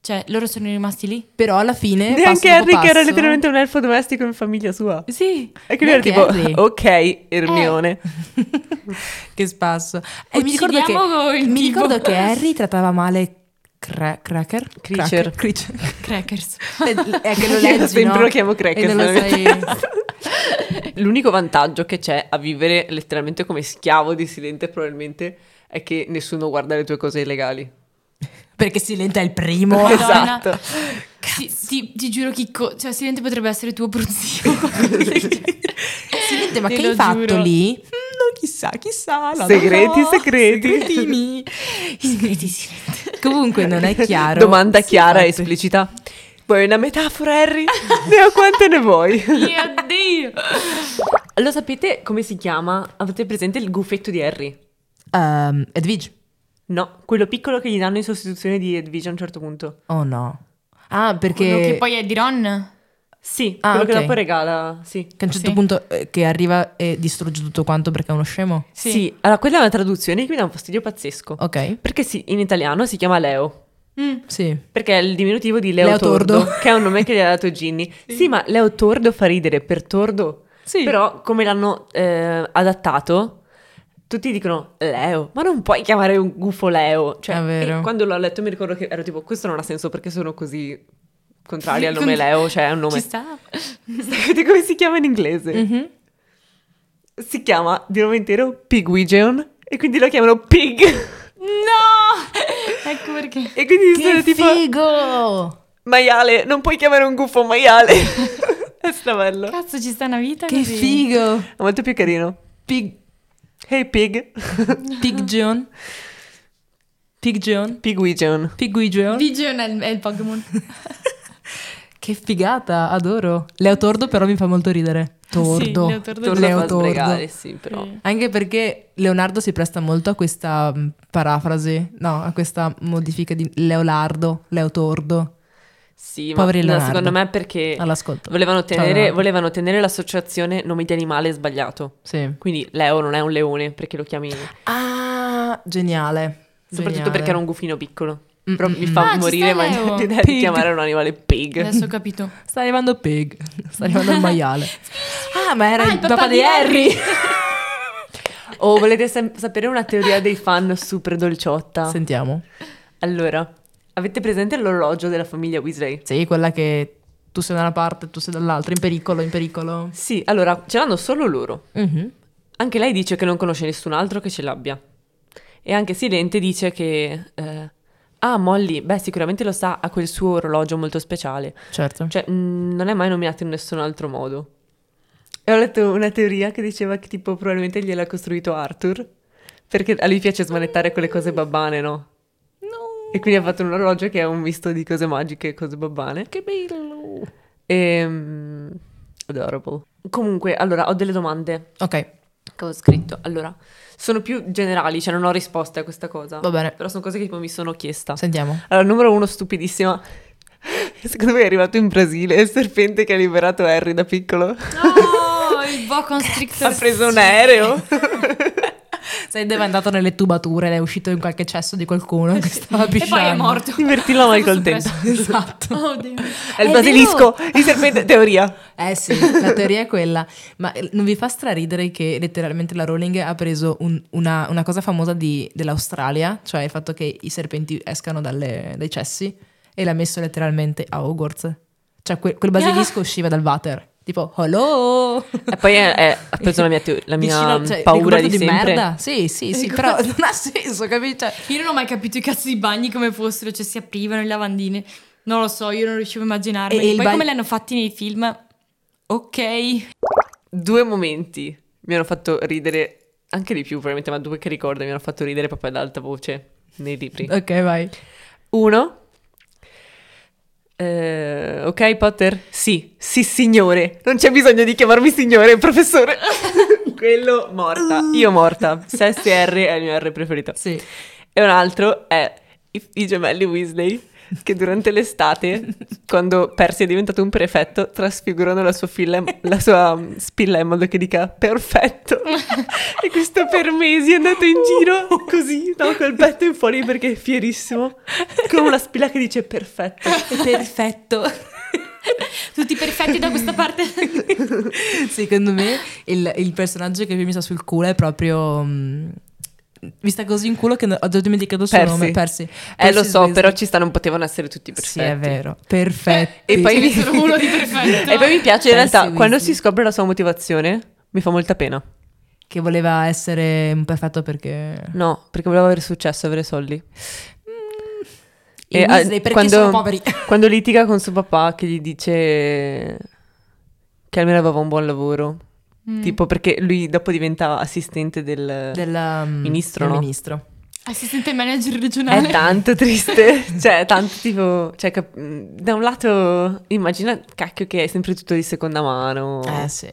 F: Cioè, loro sono rimasti lì?
E: Però alla fine... passo
D: Neanche
E: dopo
D: Harry, che era
E: passo-
D: letteralmente un elfo domestico in famiglia sua.
F: Sì.
D: E quindi era tipo,
E: Neanche Harry. Eh,
D: ok, Ermione.
E: che spasso. E mi ricordo che,
F: Uccidiamo il
E: mi
F: tipo.
E: ricordo che Harry trattava male cra- Cracker?
D: Creature.
E: Cracker. Creature. *laughs*
F: Crackers.
E: Eh, È che lo
D: Io
E: leggi,
D: sempre
E: no?
D: lo chiamo Cracker,
E: E non lo
D: se non mi-
E: sai-
D: L'unico vantaggio che c'è a vivere letteralmente come schiavo dissidente probabilmente è che nessuno guarda le tue cose illegali.
E: Perché Silente è
F: *laughs*
E: il primo.
F: Madonna.
D: Esatto.
F: Ti, ti- ti giuro, Chicco, cioè, Silente potrebbe essere tuo
E: *laughs*
F: prozio. qualcosa del genere.
E: Silente, ma
F: Te
E: che
F: lo
E: hai fatto
F: giuro.
E: lì? Mm, Non chissà, chissà. la
D: Segreti,
E: dovrò.
D: segreti.
E: Segretini. segreti, Comunque *laughs* non è chiaro.
D: Domanda
E: Sì,
D: chiara e
E: infatti.
D: esplicita. Vuoi una metafora, Harry? ne ho quante ne vuoi.
F: Mio Dio.
D: Lo sapete come si chiama? Avete presente il gufetto di Harry?
E: Ehm, Edwige.
D: No, quello piccolo che gli danno in sostituzione di Edwige a un certo punto.
E: Oh no. Ah, perché...
F: Quello
E: Che,
F: che poi è di Ron.
D: Sì,
E: Ah,
D: quello
E: ok.
D: che dopo regala, sì.
E: a un certo
F: Sì.
E: punto eh, che arriva e distrugge tutto quanto perché è uno scemo.
D: sì. allora quella è una traduzione che mi dà un fastidio pazzesco.
E: Ok.
D: Perché sì, in italiano si chiama Leo.
E: Sì.
D: Perché è il diminutivo di Leo,
E: Leo
D: Tordo,
E: Tordo.
D: che è un nome che gli ha dato Ginny. Sì. ma Leo Tordo fa ridere per Tordo.
E: Sì.
D: Però come l'hanno eh, adattato, tutti dicono Leo, ma non puoi chiamare un gufo Leo. Cioè,
E: È vero.
D: e quando l'ho letto mi ricordo che ero tipo, questo non ha senso perché sono così contrari
F: Sì,
D: al nome
F: con-
D: Leo, cioè è un
F: Ci
D: nome... *laughs*
F: sta.
D: Sapete come si chiama in inglese? Si chiama di nome intero Pigwigeon e quindi lo chiamano Pig.
F: No! Ecco perché.
D: *laughs* E quindi sono tipo...
E: figo!
D: Maiale, non puoi chiamare un gufo *laughs* maiale. è stravello. È
F: Cazzo, ci sta una vita
E: Che
F: così.
E: figo!
D: molto più carino. Pig. Hey *laughs* pig.
E: Pig John. Pig John.
D: Pigwigeon.
F: Vigion è il, è il
E: *laughs*
F: Pokémon.
E: Che figata, adoro. Leo Tordo però mi fa molto ridere. Tordo.
F: Leo Tordo
D: Torna
E: Leo
D: a
E: Tordo.
D: sbregare, sì, però.
E: Anche perché Leonardo si presta molto a questa mh, parafrasi, no, a questa modifica di Leolardo, Leotordo.
D: Sì,
E: Poveri
D: ma no,
E: Leonardo.
D: secondo me è perché
E: All'ascolto.
D: volevano
E: Ciao,
D: tenere,
E: Leonardo.
D: volevano tenere l'associazione nome di animale sbagliato.
E: Sì.
D: Quindi Leo non è un leone perché lo chiami.
E: Ah, geniale.
D: Soprattutto perché era un gufino piccolo.
E: Mm,
D: Però
E: mm,
D: mi
E: mm.
D: fa
F: Ah, ci
D: morire
F: sta
D: ma
F: Leo.
D: l'idea *laughs* di
E: Pig.
D: chiamare un animale pig.
F: Adesso ho capito.
E: Sta arrivando Pig, sta arrivando il maiale. *laughs* ah, ma era
F: Ah,
E: il, papà, di Harry.
D: O Oh, volete sem- sapere una teoria dei fan super dolciotta?
E: Ah. Sentiamo.
D: Allora, avete presente l'orologio della famiglia Weasley?
E: Sì, quella che tu sei da una parte, tu sei dall'altra, in pericolo, in pericolo.
D: Sì, allora ce l'hanno solo loro.
E: Mhm.
D: Anche lei dice che non conosce nessun altro che ce l'abbia. E anche Silente dice che... eh, ah, Molly, beh sicuramente lo sa, ha quel suo orologio molto speciale.
E: Certo.
D: Cioè, mh, non è mai nominato in nessun altro modo. E ho letto una teoria che diceva che tipo probabilmente gliel'ha costruito Arthur, perché a lui piace smanettare quelle cose babbane, no? E quindi ha fatto un orologio che è un misto di cose magiche e cose babbane. Che bello! Ehm... Adorable. Comunque, allora, ho delle domande
E: ok,
D: che ho scritto. Allora, sono più generali, cioè non ho risposte a questa cosa.
E: Va bene.
D: Però sono cose che tipo mi sono chiesta.
E: sentiamo.
D: Allora, numero uno, stupidissima. *laughs* Secondo me è arrivato in Brasile il serpente che ha liberato Harry da piccolo.
F: No, Ah, il boa constrictor.
D: ha preso un *laughs* aereo.
E: Sei è andato nelle tubature, è uscito in qualche cesso di qualcuno che *laughs* stava
F: E poi è
E: pisciando.
F: morto.
D: Divertilo mai col tempo.
E: Esatto.
F: Oh, Dio.
D: È il
E: È
D: basilisco, il serpente, teoria.
E: Eh sì, la teoria è quella. Ma eh, non vi fa straridere che letteralmente la Rowling ha preso un- una, una cosa famosa di- dell'Australia, cioè il fatto che i serpenti escano dalle- dai cessi, e l'ha messo letteralmente a Hogwarts. Cioè que- quel
D: *laughs*
E: basilisco usciva dal water. Tipo, hello!
D: E poi è- è- ha preso la mia, teo- la mia
E: Vicino- cioè,
D: paura
E: ricordo
D: di, sempre.
E: merda. Sì, sì, sì, però *laughs* non ha senso, capito? Cioè,
F: Io non ho mai capito i cazzo di bagni come fossero, cioè si aprivano le lavandine. Non lo so, io non riuscivo a immaginarli.
E: E il
F: Poi
E: ba-
F: come li hanno fatti nei film? Ok.
D: Due momenti mi hanno fatto ridere, anche di più probabilmente, ma due che ricordo mi hanno fatto ridere proprio ad alta voce nei libri.
E: ok, vai.
D: Uno. Eh, ok, Potter? Sì, sì, signore. Non c'è bisogno di chiamarmi signore, professore. Quello morta. Io morta. Sessi R è il mio R preferito.
E: Sì.
D: E un altro è i, i gemelli Weasley che durante *laughs* l'estate, quando Percy è diventato un prefetto, trasfigurano la sua, filla- la sua, um, spilla in modo che dica perfetto. e questo per mesi è andato in giro *laughs* così, no, col petto in fuori perché è fierissimo, come una spilla che dice perfetto. È perfetto.
F: Tutti perfetti da questa
E: *laughs*
F: parte.
E: Secondo me il, il personaggio che più mi sta sul culo è proprio. mm, mi sta così in culo che ho già dimenticato il suo
D: Percy.
E: nome. Percy.
D: Eh lo
E: Percy
D: so,
E: Sledge.
D: però ci sta, non potevano essere tutti perfetti. Eh,
E: Sì, è vero. Perfetto.
D: E poi, mi...
F: Sono uno di
D: *laughs*
F: perfetto.
D: e poi mi piace in
E: Percy
D: realtà,
E: Weasley.
D: quando si scopre la sua motivazione, mi fa molta pena.
E: Che voleva essere un perfetto perché.
D: No, perché volevo avere successo, avere soldi.
E: I
D: ah,
E: Weasley, perché sono poveri.
D: *laughs* quando litiga con suo papà che gli dice che almeno aveva un buon lavoro.
E: Mm.
D: Tipo perché lui dopo diventa assistente del...
E: Del mm,
D: Ministro,
E: del
D: no?
E: ministro.
F: Assistente manager
D: È
F: regionale.
E: *laughs*
D: tanto triste, cioè tanto tipo, cioè, cap- da un lato immagina cacchio che è sempre tutto di seconda mano.
E: Eh sì.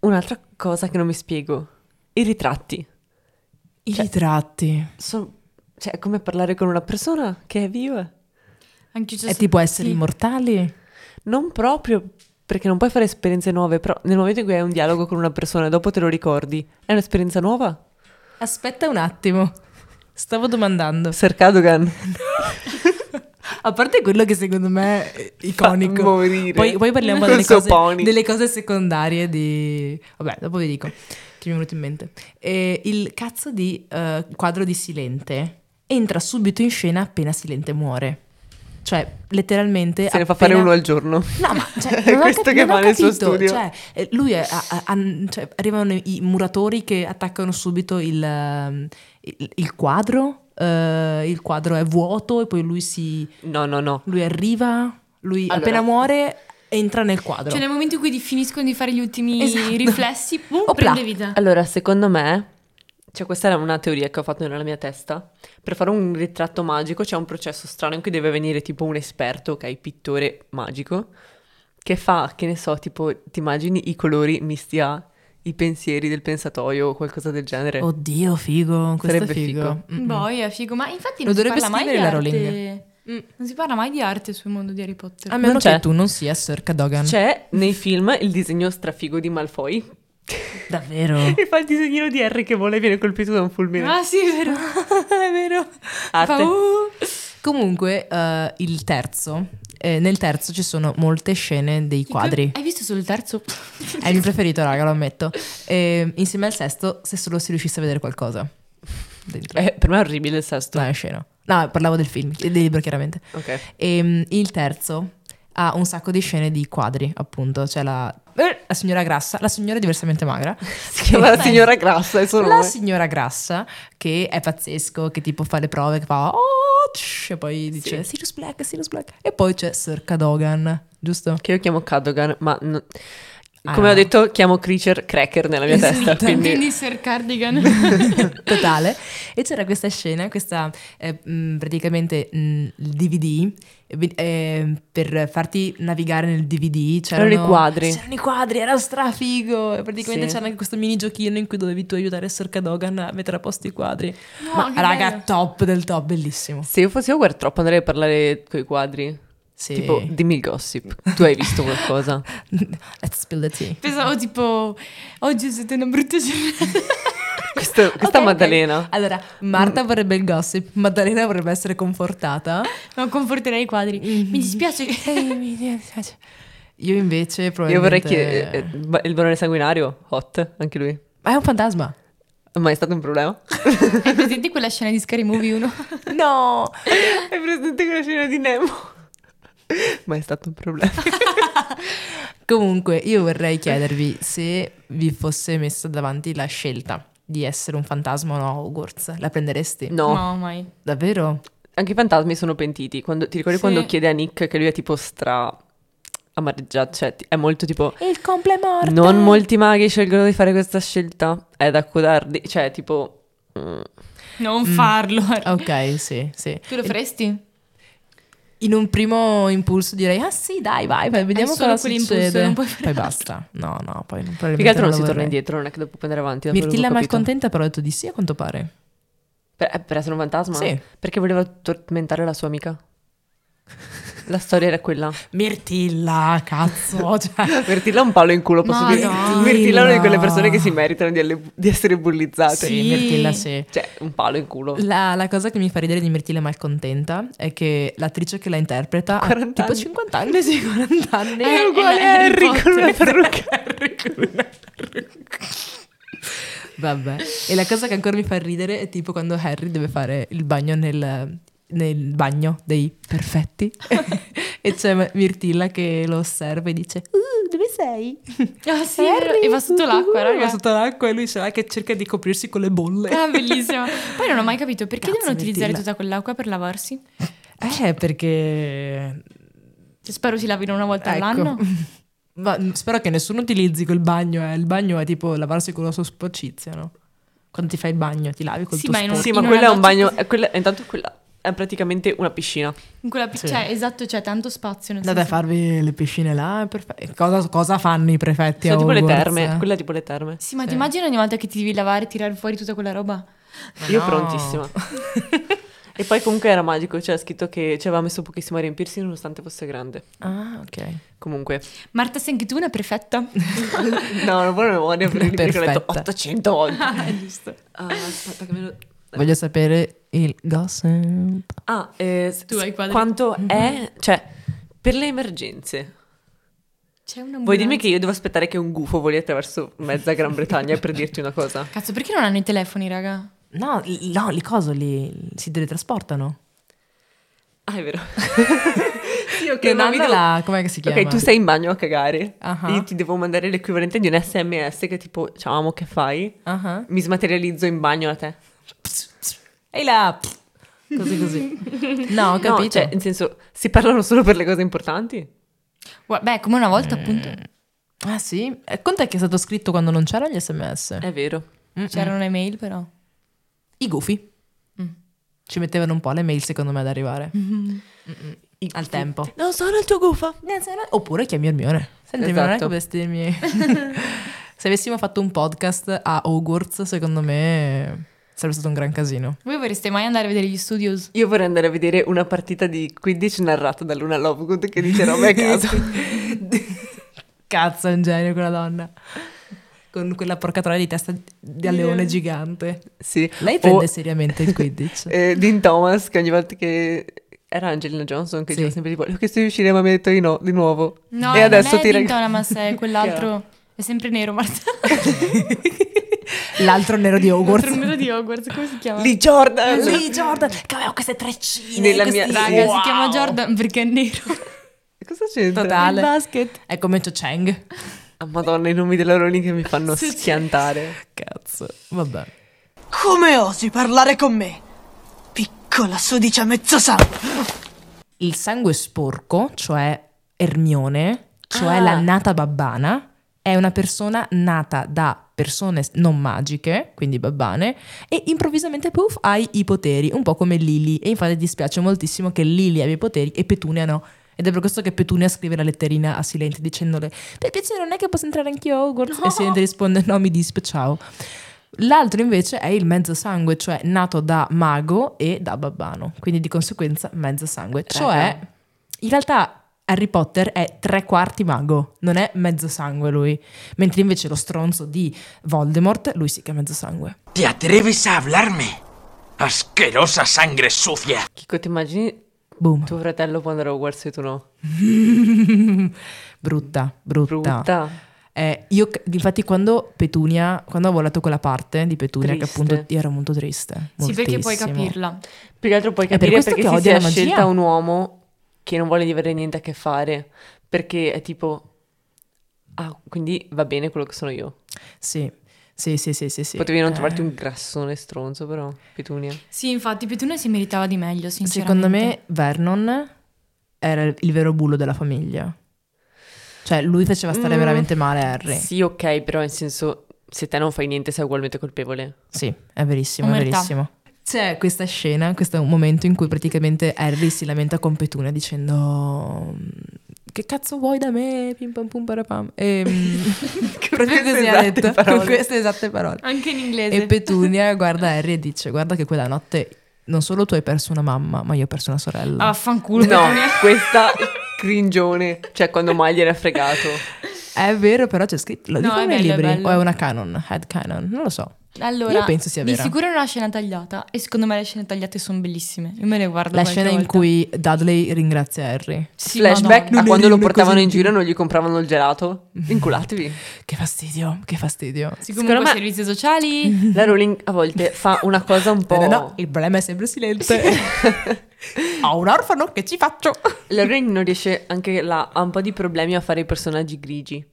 D: Un'altra cosa che non mi spiego, i ritratti.
E: I
D: Cioè-
E: ritratti.
D: Sono, cioè, è come parlare con una persona che è viva.
F: Anche io ci
E: È
F: sono-
E: tipo esseri
F: sì.
E: immortali.
D: Non proprio perché non puoi fare esperienze nuove, però nel momento in cui hai un dialogo con una persona e dopo te lo ricordi, è un'esperienza nuova?
E: Aspetta un attimo. Stavo domandando.
D: Sir Cadogan.
E: A parte quello che secondo me è
D: Fa
E: iconico.
D: morire.
E: Poi, poi parliamo
D: Col
E: delle
D: suo
E: cose,
D: pony.
E: delle cose secondarie di... Vabbè, dopo vi dico, che mi è venuto in mente. Eh, il cazzo di eh, quadro di Silente entra subito in scena appena Silente muore. Cioè, letteralmente...
D: Se ne fa
E: appena-
D: fare uno al giorno.
E: No, ma
D: *laughs*
E: cioè,
D: È
E: non ho
D: questo
E: capi-
D: che
E: non ho
D: fa nel suo
E: capito,
D: studio.
E: Cioè, eh, lui è- ha- ha- ha- cioè, arrivano i muratori che attaccano subito il, ehm, il- il quadro. eh, il quadro è vuoto e poi lui si.
D: No, no, no.
E: Lui arriva. Lui
D: Allora.
E: appena muore entra nel quadro.
F: Cioè nel momento in cui ti finiscono di fare gli ultimi
E: Esatto. *laughs*
F: riflessi, boom,
E: Opla.
F: prende vita.
D: Allora, secondo me, cioè questa era una teoria che ho fatto nella mia testa, per fare un ritratto magico c'è un processo strano in cui deve venire tipo un esperto, ok, pittore magico, che fa, che ne so, tipo, ti immagini i colori misti a i pensieri del pensatoio o qualcosa del genere.
E: Oddio, figo. Questo
D: Sarebbe Boh.
E: è figo. Mm-mm.
F: Boia, figo, ma infatti
E: Lo
F: non si
E: dovrebbe
F: parla mai di
E: scrivere la
F: arte. Mm, Non si parla mai di arte sul mondo di Harry Potter.
E: A meno
D: Non
E: che
D: c'è.
E: tu non sia Sir Cadogan.
D: C'è nei film il disegno strafigo di Malfoy
E: Davvero.
D: *laughs* e fa il disegnino di Harry che vola e viene colpito da un fulmine.
F: Ah, sì, è vero. *laughs*
E: è vero.
D: Arte.
E: Fa, "Uh". Comunque, eh, il terzo. eh, nel terzo ci sono molte scene dei quadri.
F: Hai visto solo il terzo?
E: È il mio preferito, raga, lo ammetto. E, insieme al sesto, se solo si riuscisse a
D: *laughs*
E: vedere qualcosa dentro.
D: Eh, per me è orribile il sesto.
E: No, è scena. No, parlavo del film, del libro chiaramente.
D: Ok.
E: E mm, il terzo ha un sacco di scene di quadri, appunto. C'è la, eh, la signora grassa, la signora
D: *laughs*
E: diversamente magra.
D: Si chiama la signora grassa, è solo
E: La
D: nome.
E: signora grassa, che è pazzesco, che tipo fa le prove, che fa... "Oh, tsh", e poi dice Sirius Black, Sirius Black. E poi c'è Sir Cadogan, giusto?
D: Che io chiamo Cadogan, ma no-
E: Ah,
D: come
E: no.
D: ho detto, chiamo Creature Cracker nella mia testa. Quindi
F: Quindi Sir
D: *laughs*
F: Cardigan.
E: totale. E c'era questa scena, questa eh, mh, praticamente mh, il DVD. eh, vi- eh, per farti navigare nel DVD c'erano
D: C'erano i quadri.
E: c'erano i quadri, era strafigo E praticamente
D: Sì.
E: c'era anche questo mini giochino in cui dovevi tu aiutare Sir Cadogan a mettere a posto i quadri
F: No,
E: ma
F: che
E: raga
F: bello.
E: top del top bellissimo *laughs*
D: se io fossi Hogwarts troppo andrei a parlare con i quadri.
E: Sì.
D: Tipo, dimmi il gossip. Tu hai visto qualcosa?
E: let's spill the tea
F: Pensavo tipo, oggi è stata una brutta giornata.
D: *laughs* *laughs*
F: *laughs*
D: Questo- questa
E: Ok, ok.
D: Maddalena.
E: allora Marta vorrebbe il gossip Maddalena vorrebbe essere confortata
F: Non conforterei i quadri.
D: Mm.
F: Mi
D: *laughs*
E: *laughs*
F: dispiace.
E: io invece probabilmente
D: Io vorrei chiedere... eh, ba- il barone sanguinario, hot, anche lui.
E: ma è un fantasma
D: Ma è stato un problema? *laughs*
F: Hai presente quella scena di Scary Movie 1?
E: no
D: Hai presente quella scena di Nemo? Ma è stato un problema.
E: Comunque, io vorrei chiedervi se vi fosse messa davanti la scelta di essere un fantasma o no a Hogwarts. La prenderesti?
D: No.
F: mai.
E: Davvero?
D: Anche i fantasmi sono pentiti. Quando- ti ricordi
F: Sì.
D: quando chiede a Nick che lui è tipo stra amareggiato? Cioè, ti- è molto tipo...
E: Il comple morto!
D: Non molti maghi scelgono di fare questa scelta. È da codardi. Cioè, tipo. mm, Eh,
F: Non farlo.
E: Ok, sì, sì.
F: Tu lo faresti?
E: In un primo impulso direi, ah sì, dai, vai, vai vediamo
F: È solo
E: cosa
F: quell'impulso,
E: succede.
F: non puoi fare
E: poi basta. No, no, poi non
D: Più che altro non si torna indietro, non è che dopo puoi andare avanti. da quello che ho
E: Mirtilla
D: capito.
E: malcontenta però ha detto di sì a quanto pare.
D: Per, eh, per essere un fantasma?
E: Sì.
D: Perché voleva tormentare la sua amica. *laughs* La storia era quella.
E: Mirtilla,
F: *laughs*
E: cazzo. Cioè,
D: Mirtilla è un palo in culo, posso dire.
E: Madonna.
D: Mirtilla è una di quelle persone che si meritano di, alle- di essere bullizzate.
E: sì, Mirtilla sì.
D: Cioè, un palo in culo.
E: La, la cosa che mi fa ridere di Mirtilla malcontenta è che l'attrice che la interpreta
D: 40
E: ha tipo
D: anni.
E: 50 anni, *laughs* sì, 40 anni.
D: È uguale a Harry con una parrucca.
E: Vabbè. E la cosa che ancora mi fa ridere è tipo quando Harry deve fare il bagno nel, nel bagno dei *laughs* perfetti e c'è Mirtilla che lo osserva e dice "Uh, dove sei?
F: Ah sì, è vero, e va sotto l'acqua,
E: ragazzi.
F: raga.
E: Va sotto l'acqua e lui sarà che cerca di coprirsi con le bolle.
F: Ah, bellissimo. Poi non ho mai capito perché
E: Cazzo,
F: devono utilizzare
E: Mirtilla.
F: tutta quell'acqua per lavarsi.
E: Eh, perché
F: Cioè, spero si lavino una volta
E: Ecco.
F: all'anno.
E: Ma spero che nessuno utilizzi quel bagno, eh. Il bagno è tipo lavarsi con la sua sporcizia, no? Quando ti fai il bagno, ti lavi col
F: Sì,
E: tuo
F: ma in un-
E: sporco.
D: Sì, ma
F: in
D: quello è
F: una
D: un
F: doccia
D: bagno. è quella- intanto quella è praticamente una piscina.
F: In quella pi-
E: Sì.
F: Cioè, esatto, c'è tanto spazio. Nel
E: Andate a
F: senso-
E: farvi le piscine là, è perfetto. E Eh, Cosa, cosa fanno i prefetti? a
D: Sono Cioè, tipo le
E: Hogwarts,
D: terme.
E: eh?
D: Quella è tipo le terme.
F: Sì, ma ti immagini ogni volta che ti devi lavare e tirare fuori tutta quella roba?
D: Io
E: no. *laughs*
D: prontissima. e poi comunque era magico, cioè ha scritto che ci aveva messo pochissimo a riempirsi nonostante fosse grande.
E: Ah, ok.
D: *laughs* Comunque.
F: Marta, sei anche tu una
D: *laughs*
F: prefetta?
D: No, una buona memoria per il libro, ho detto
E: Perfetta.
D: 800 volte.
F: è giusto.
D: Ah, aspetta che me lo...
E: Voglio sapere il gossip.
D: Ah, eh, s-
F: Tu hai i quadri?
D: quanto
E: Mm-hmm.
D: è... Cioè, per le emergenze.
F: C'è una
D: Vuoi dirmi che io devo aspettare che un gufo voli attraverso mezza Gran Bretagna per dirti una cosa?
F: Cazzo, perché non hanno i telefoni, raga?
E: No, li- no, le cose li si teletrasportano.
D: Ah, è *laughs* vero. sì, ok,
E: Che
D: ma
E: non
D: mi
E: hanno
D: devo-
E: la- com'è che si chiama?
D: Ok, tu sei in bagno a cagare.
E: Ah.
D: Io ti devo mandare l'equivalente di un SMS che è tipo, ciao amo, che fai?
E: Ah, ah.
D: Mi smaterializzo in bagno a te.
E: Ehi là!
D: *laughs*
E: Così così. No, ho
D: No,
E: capito.
D: cioè, in senso, si parlano solo per le cose importanti?
F: Gua- Beh, come una volta,
D: Mm,
F: appunto,
E: Ah sì? Eh, Conta che è stato scritto quando non c'erano gli sms.
D: È vero.
F: c'erano le mail, però.
E: I gufi. Ci mettevano un po' le mail secondo me ad arrivare. Al tempo.
D: Non sono il tuo gufo.
E: Oppure chiami Ermione. Senti,
D: Esatto.
E: Ermione, come vestirmi? Se avessimo fatto un podcast a Hogwarts, secondo me sarebbe stato un gran casino.
F: Voi vorreste mai andare a vedere gli studios?
D: Io vorrei andare a vedere una partita di Quidditch narrata da Luna Lovegood che dice
E: *laughs*
D: roba a caso.
E: Esatto. Cazzo, è un genio quella donna. Con quella porcatoria di testa da leone gigante.
D: sì.
E: Lei
D: O,
E: prende seriamente il Quidditch.
D: eh, Dean Thomas che ogni volta che... Era Angelina Johnson che
E: Sì.
D: diceva sempre tipo, le ho chiesto di uscire ma mi ha detto di no, di nuovo.
F: No,
D: e adesso
F: non è
D: ti reg-
F: Dintona, ma
D: *laughs*
F: se è quell'altro... È sempre nero, Marta.
E: L'altro nero di
F: L'altro
E: Hogwarts.
F: nero di Hogwarts, come si chiama?
D: Lee Jordan!
E: Lì Jordan, che aveva queste treccine.
D: Nella
E: questi-
D: mia-
F: Raga, si chiama Jordan perché è nero.
D: *laughs* Cosa c'entra?
E: Totale.
D: Il basket.
E: È come Cho Chang.
D: Ah, Madonna, i nomi della Rowling che mi fanno schiantare.
E: Cazzo. Vabbè.
A: Come osi parlare con me? Piccola sudicia mezzosana.
E: Il sangue sporco, cioè Ermione, cioè
D: Ah.
E: la nata babbana, è una persona nata da persone non magiche, quindi babbane, e improvvisamente puff hai i poteri, un po' come Lily. E infatti dispiace moltissimo che Lily abbia i poteri e Petunia no. Ed è per questo che Petunia scrive la letterina a Silente dicendole Per piacere non è che posso entrare anch'io a Hogwarts? E Silente risponde no mi disp, ciao. L'altro invece è il mezzo sangue, cioè nato da mago e da babbano, quindi di conseguenza mezzo sangue. Cioè, in realtà Harry Potter è tre quarti mago, non è mezzo sangue lui, mentre invece lo stronzo di Voldemort, lui sì che è mezzo sangue.
I: ¿Te atreves a hablarme? Asquerosa sangre sucia.
D: Chico, ti immagini
E: Boom.
D: tuo fratello può andare a Hogwarts e tu no?
E: Brutta, brutta.
D: Brutta.
E: Eh, io, c- infatti, quando Petunia, quando ho volato quella parte di Petunia,
D: Triste.
E: che appunto io ero molto triste.
F: Sì, perché puoi
E: moltissimo.
F: capirla.
D: Più che altro puoi
E: È Eh, per
D: capire
E: questo
D: perché
E: che
D: si
E: odio
D: sia
E: la magia.
D: scelta un uomo che non vuole di avere niente a che fare. Perché è tipo... Ah, quindi va bene quello che sono io.
E: Sì, sì, sì, sì. sì, Eh. sì.
D: Potevi non trovarti un grassone stronzo, però, Petunia.
F: Sì, infatti, Petunia si meritava di meglio, sinceramente.
E: Secondo me Vernon era il vero bullo della famiglia. Cioè, lui faceva stare
D: Mm.
E: veramente male Harry. Sì,
D: Sì, ok, però in senso, se te non fai niente sei ugualmente colpevole.
E: è verissimo, è
F: Umanità.
E: verissimo. C'è questa scena, questo è un momento in cui praticamente Harry si lamenta con Petunia dicendo "Mm, che cazzo vuoi da me? Pim pam pum parapam. E, mm,
D: *laughs*
E: proprio
D: queste
E: così ha
D: esatte
E: detto,
D: parole.
E: con queste esatte parole.
F: Anche in inglese.
E: E Petunia guarda Harry e dice guarda che quella notte non solo tu hai perso una mamma, ma io ho perso una
F: Ah,
E: sorella.
F: Affanculo.
D: No, questa *laughs* cringione, cioè quando mai gliene è fregato.
E: È vero, però c'è scritto. Lo
F: No,
E: dicono
F: è
E: nei
F: bello, è
E: libri.
F: bello.
E: o è una canon, head canon, non lo so.
F: Allora,
E: Io penso sia vera.
F: Di sicuro è una scena tagliata e secondo me le scene tagliate sono bellissime. Io me le guardo
E: La
F: qualche
E: scena in
F: volta.
E: cui Dudley ringrazia Harry.
F: Sì,
D: Flashback
F: madonna.
D: a quando lo portavano in giro e non gli compravano il gelato. Inculatevi.
E: Che fastidio, che fastidio.
F: Sì, comunque
D: Secondo me-
F: servizi
E: *laughs*
F: sociali.
D: La Rowling a volte fa una cosa un po'...
E: No, no, il problema è sempre silente. *laughs* Ho un orfano, che ci faccio?
D: La Rowling non riesce anche là, ha un po' di problemi a fare i personaggi grigi.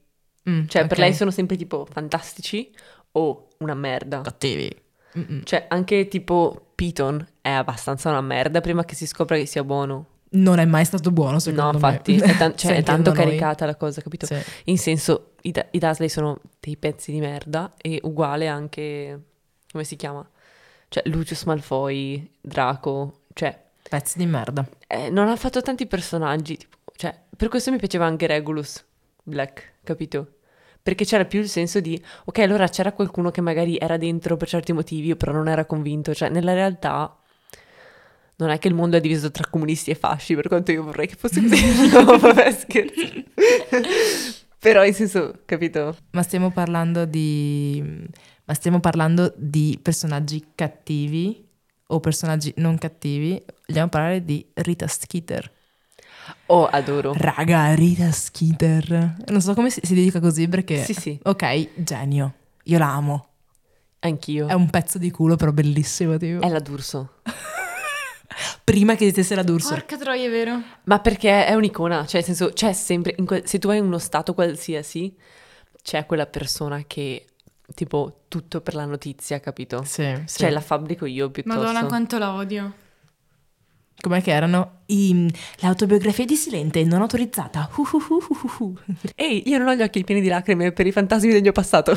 E: Mm,
D: Cioè,
E: ok.
D: per lei sono sempre tipo fantastici o una merda.
E: cattivi. Mm-mm.
D: Cioè, anche tipo Piton è abbastanza una merda prima che si scopra che sia buono.
E: Non è mai stato buono, secondo
D: no,
E: me.
D: infatti, è, tan- cioè, è
E: Sentendo
D: tanto
E: noi.
D: caricata la cosa, capito?
E: Sì.
D: In senso, i, Da- i Dursley sono dei pezzi di merda e uguale anche... come si chiama? Cioè, Lucius Malfoy, Draco, cioè...
E: Pezzi di merda.
D: eh, non ha fatto tanti personaggi, tipo, cioè, per questo mi piaceva anche Regulus Black, capito? Perché c'era più il senso di, ok, allora c'era qualcuno che magari era dentro per certi motivi, però non era convinto, cioè, nella realtà non è che il mondo è diviso tra comunisti e fasci, per quanto io vorrei che fosse
E: *laughs*
D: così. no, vabbè, scherzo. però, in senso, capito?
E: Ma stiamo parlando di. Ma stiamo parlando di personaggi cattivi o personaggi non cattivi. Vogliamo parlare di Rita Skeeter.
D: Oh, adoro.
E: Raga, Rita Skeeter. Non so come si, si dica così perché.
D: Sì, sì.
E: Ok, genio. Io la amo.
D: Anch'io.
E: È un pezzo di culo, però bellissimo. Tipo.
D: È la D'Urso.
E: Prima che esistesse la D'Urso.
F: Porca troia, è vero.
D: Ma perché è un'icona, cioè nel senso c'è sempre, in que- se tu vai in uno stato qualsiasi, c'è quella persona che tipo tutto per la notizia, capito?
E: Sì, sì.
D: Cioè la fabbrico io piuttosto.
F: Madonna, quanto la odio.
E: Com'è che erano? I- l'autobiografia di Silente non autorizzata. Uh, uh, uh, uh, uh, uh.
D: Ehi, io non ho gli occhi pieni di lacrime per i fantasmi del mio
E: *laughs*
D: passato.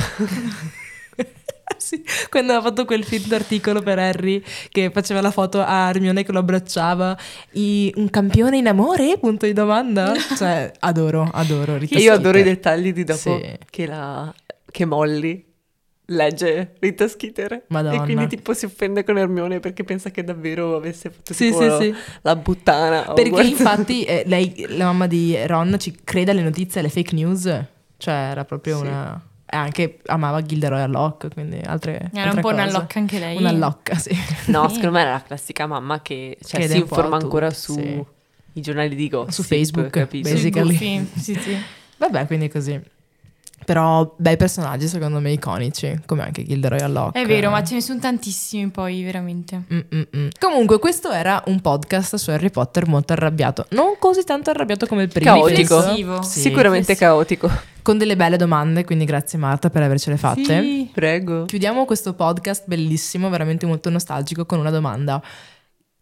E: Sì, quando ha fatto quel finto articolo per Harry che faceva la foto a Hermione che lo abbracciava. I- un campione in amore? Punto
F: *laughs*
E: di domanda. Cioè, adoro, adoro. Rita
D: E io adoro i
E: Skeeter.
D: dettagli di dopo
E: Sì.
F: Oh,
D: che la... che Molly legge Rita Skeeter.
E: Madonna.
D: E quindi tipo si offende con Hermione perché pensa che davvero avesse fatto
E: Sì,
D: tipo
E: sì, sì.
D: la buttana. a
E: Perché
D: Hogwarts.
E: infatti eh, lei, la mamma di Ron, ci crede alle notizie, alle fake news. Cioè, era proprio
D: Sì.
E: una... E anche amava Gilderoy Alloc, quindi altre
F: Era
E: altre
F: un po' una
E: cose.
F: locca anche lei.
E: Una locca, sì.
D: No, secondo me era la classica mamma che cioè,
E: Crede
D: si
E: un po' a
D: informa ancora
E: tutto,
D: su
E: sì.
D: i giornali di gossip.
E: Su Facebook,
D: capito?
E: basic- Basically.
F: Sì, sì, sì.
E: *laughs* Vabbè, quindi così. Però bei personaggi, secondo me, iconici, come anche Gilderoy Alloc.
F: È vero, ma ce ne sono tantissimi poi, veramente.
E: Mm-mm-mm. Comunque, questo era un podcast su Harry Potter molto arrabbiato. Non così tanto arrabbiato come il primo.
D: Caotico.
F: Riflessivo.
E: Sì.
D: Sicuramente caotico.
E: Con delle belle domande, quindi grazie Marta per avercele fatte.
F: Sì.
D: Prego.
E: Chiudiamo questo podcast bellissimo, veramente molto nostalgico, con una domanda.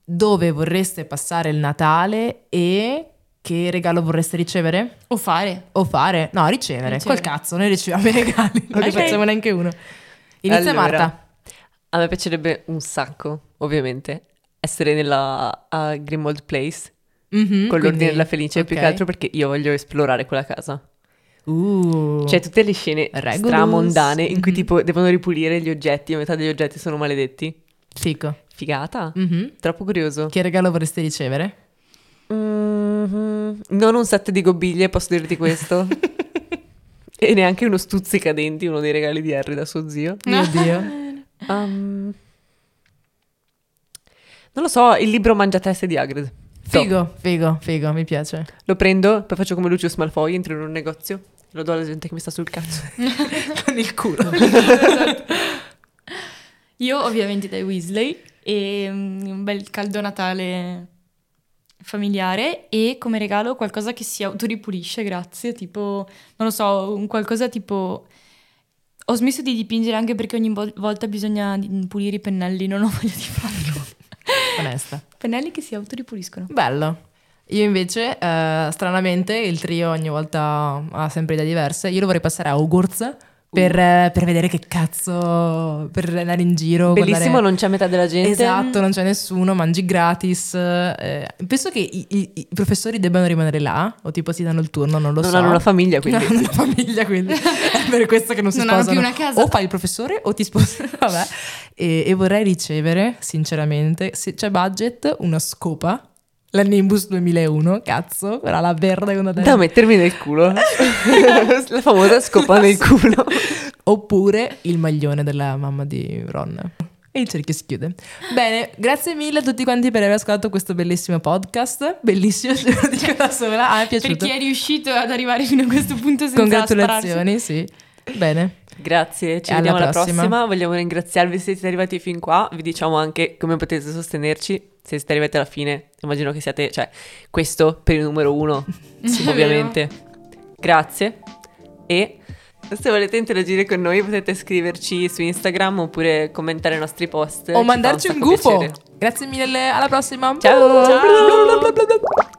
E: Dove vorreste passare il Natale e che regalo vorreste ricevere?
F: O fare.
E: O fare? No, ricevere.
F: Ricevere.
E: Col cazzo, noi riceviamo i regali, non ne
D: Ok.
E: facciamo neanche uno. Inizia
D: Allora,
E: Marta.
D: A me piacerebbe un sacco, ovviamente, essere nella a Grimald Place
E: Mhm,
D: con l'ordine
E: quindi-
D: della felice più
E: ok. Oh.
D: che altro perché io voglio esplorare quella casa.
E: Uh.
D: Cioè tutte le scene
E: Regulus.
D: stramondane in cui
E: Mhm.
D: tipo devono ripulire gli oggetti, a metà degli oggetti sono maledetti.
E: Fico.
D: Figata.
E: Mhm.
D: Troppo curioso.
E: Che regalo vorresti ricevere?
D: Mhm. Non un set di gobiglie, posso dirti questo.
E: *laughs*
D: e neanche uno stuzzicadenti, uno dei regali di Harry da suo zio.
E: Mio
D: *laughs*
E: Dio.
D: Um, non lo so, il libro Mangiateste di Hagrid. So,
E: Figo, figo, figo, mi piace.
D: lo prendo, poi faccio come Lucius Malfoy, entro in un negozio, lo do alla gente che mi sta sul cazzo.
E: Con il culo.
F: Io ovviamente dai Weasley e mm, un bel caldo Natale familiare e come regalo qualcosa che si autoripulisce, grazie, tipo, non lo so, un qualcosa tipo... Ho smesso di dipingere anche perché ogni vol- volta bisogna mm, pulire i pennelli, non ho voglia di farlo.
E: Onesta.
F: pennelli che si autoripuliscono.
E: Bello. Io invece, eh, stranamente, il trio ogni volta ha sempre idee diverse. Io lo vorrei passare a Hogwarts per,
D: Uh.
E: eh, per vedere che cazzo, per andare in giro.
D: Bellissimo,
E: guardare-
D: non c'è metà della gente.
E: Esatto, non c'è nessuno, mangi gratis. eh, penso che i, i- i professori debbano rimanere là, o tipo ti danno il turno, non lo
D: Non
E: so.
D: hanno una famiglia, quindi.
E: *laughs* Non hanno una famiglia, quindi è per questo che non si
F: Non hanno
E: sposano.
F: più una casa.
E: O fai il professore o
F: *laughs*
E: ti sposi. Vabbè. E, e vorrei ricevere, sinceramente, se c'è budget, una scopa. La Nimbus 2001, cazzo, quella la verde con la
D: Da
E: testa.
D: mettermi nel
E: *laughs*
D: culo. la famosa scopa nel culo.
E: Oppure il maglione della mamma di Ron. E il cerchio si chiude. Bene, grazie mille a tutti quanti per aver ascoltato questo bellissimo podcast. Bellissimo, *laughs* se lo dico da sola. Ah, mi è
F: Per
E: piaciuto.
F: chi è riuscito ad arrivare fino a questo punto senza spararsi.
E: Congratulazioni, sì. Bene.
D: Grazie, ci
E: E alla
D: vediamo alla prossima.
E: prossima.
D: Vogliamo ringraziarvi se siete arrivati fin qua. Vi diciamo anche come potete sostenerci. Se siete arrivati alla fine, immagino che siate, cioè, questo per il numero uno,
E: *laughs*
D: ovviamente. Grazie. E se volete interagire con noi, potete scriverci su Instagram oppure commentare i nostri post. Ci
E: O
D: fa
E: mandarci un
D: sacco
E: gufo.
D: piacere.
E: Grazie mille, alla prossima.
D: Ciao.
E: Ciao.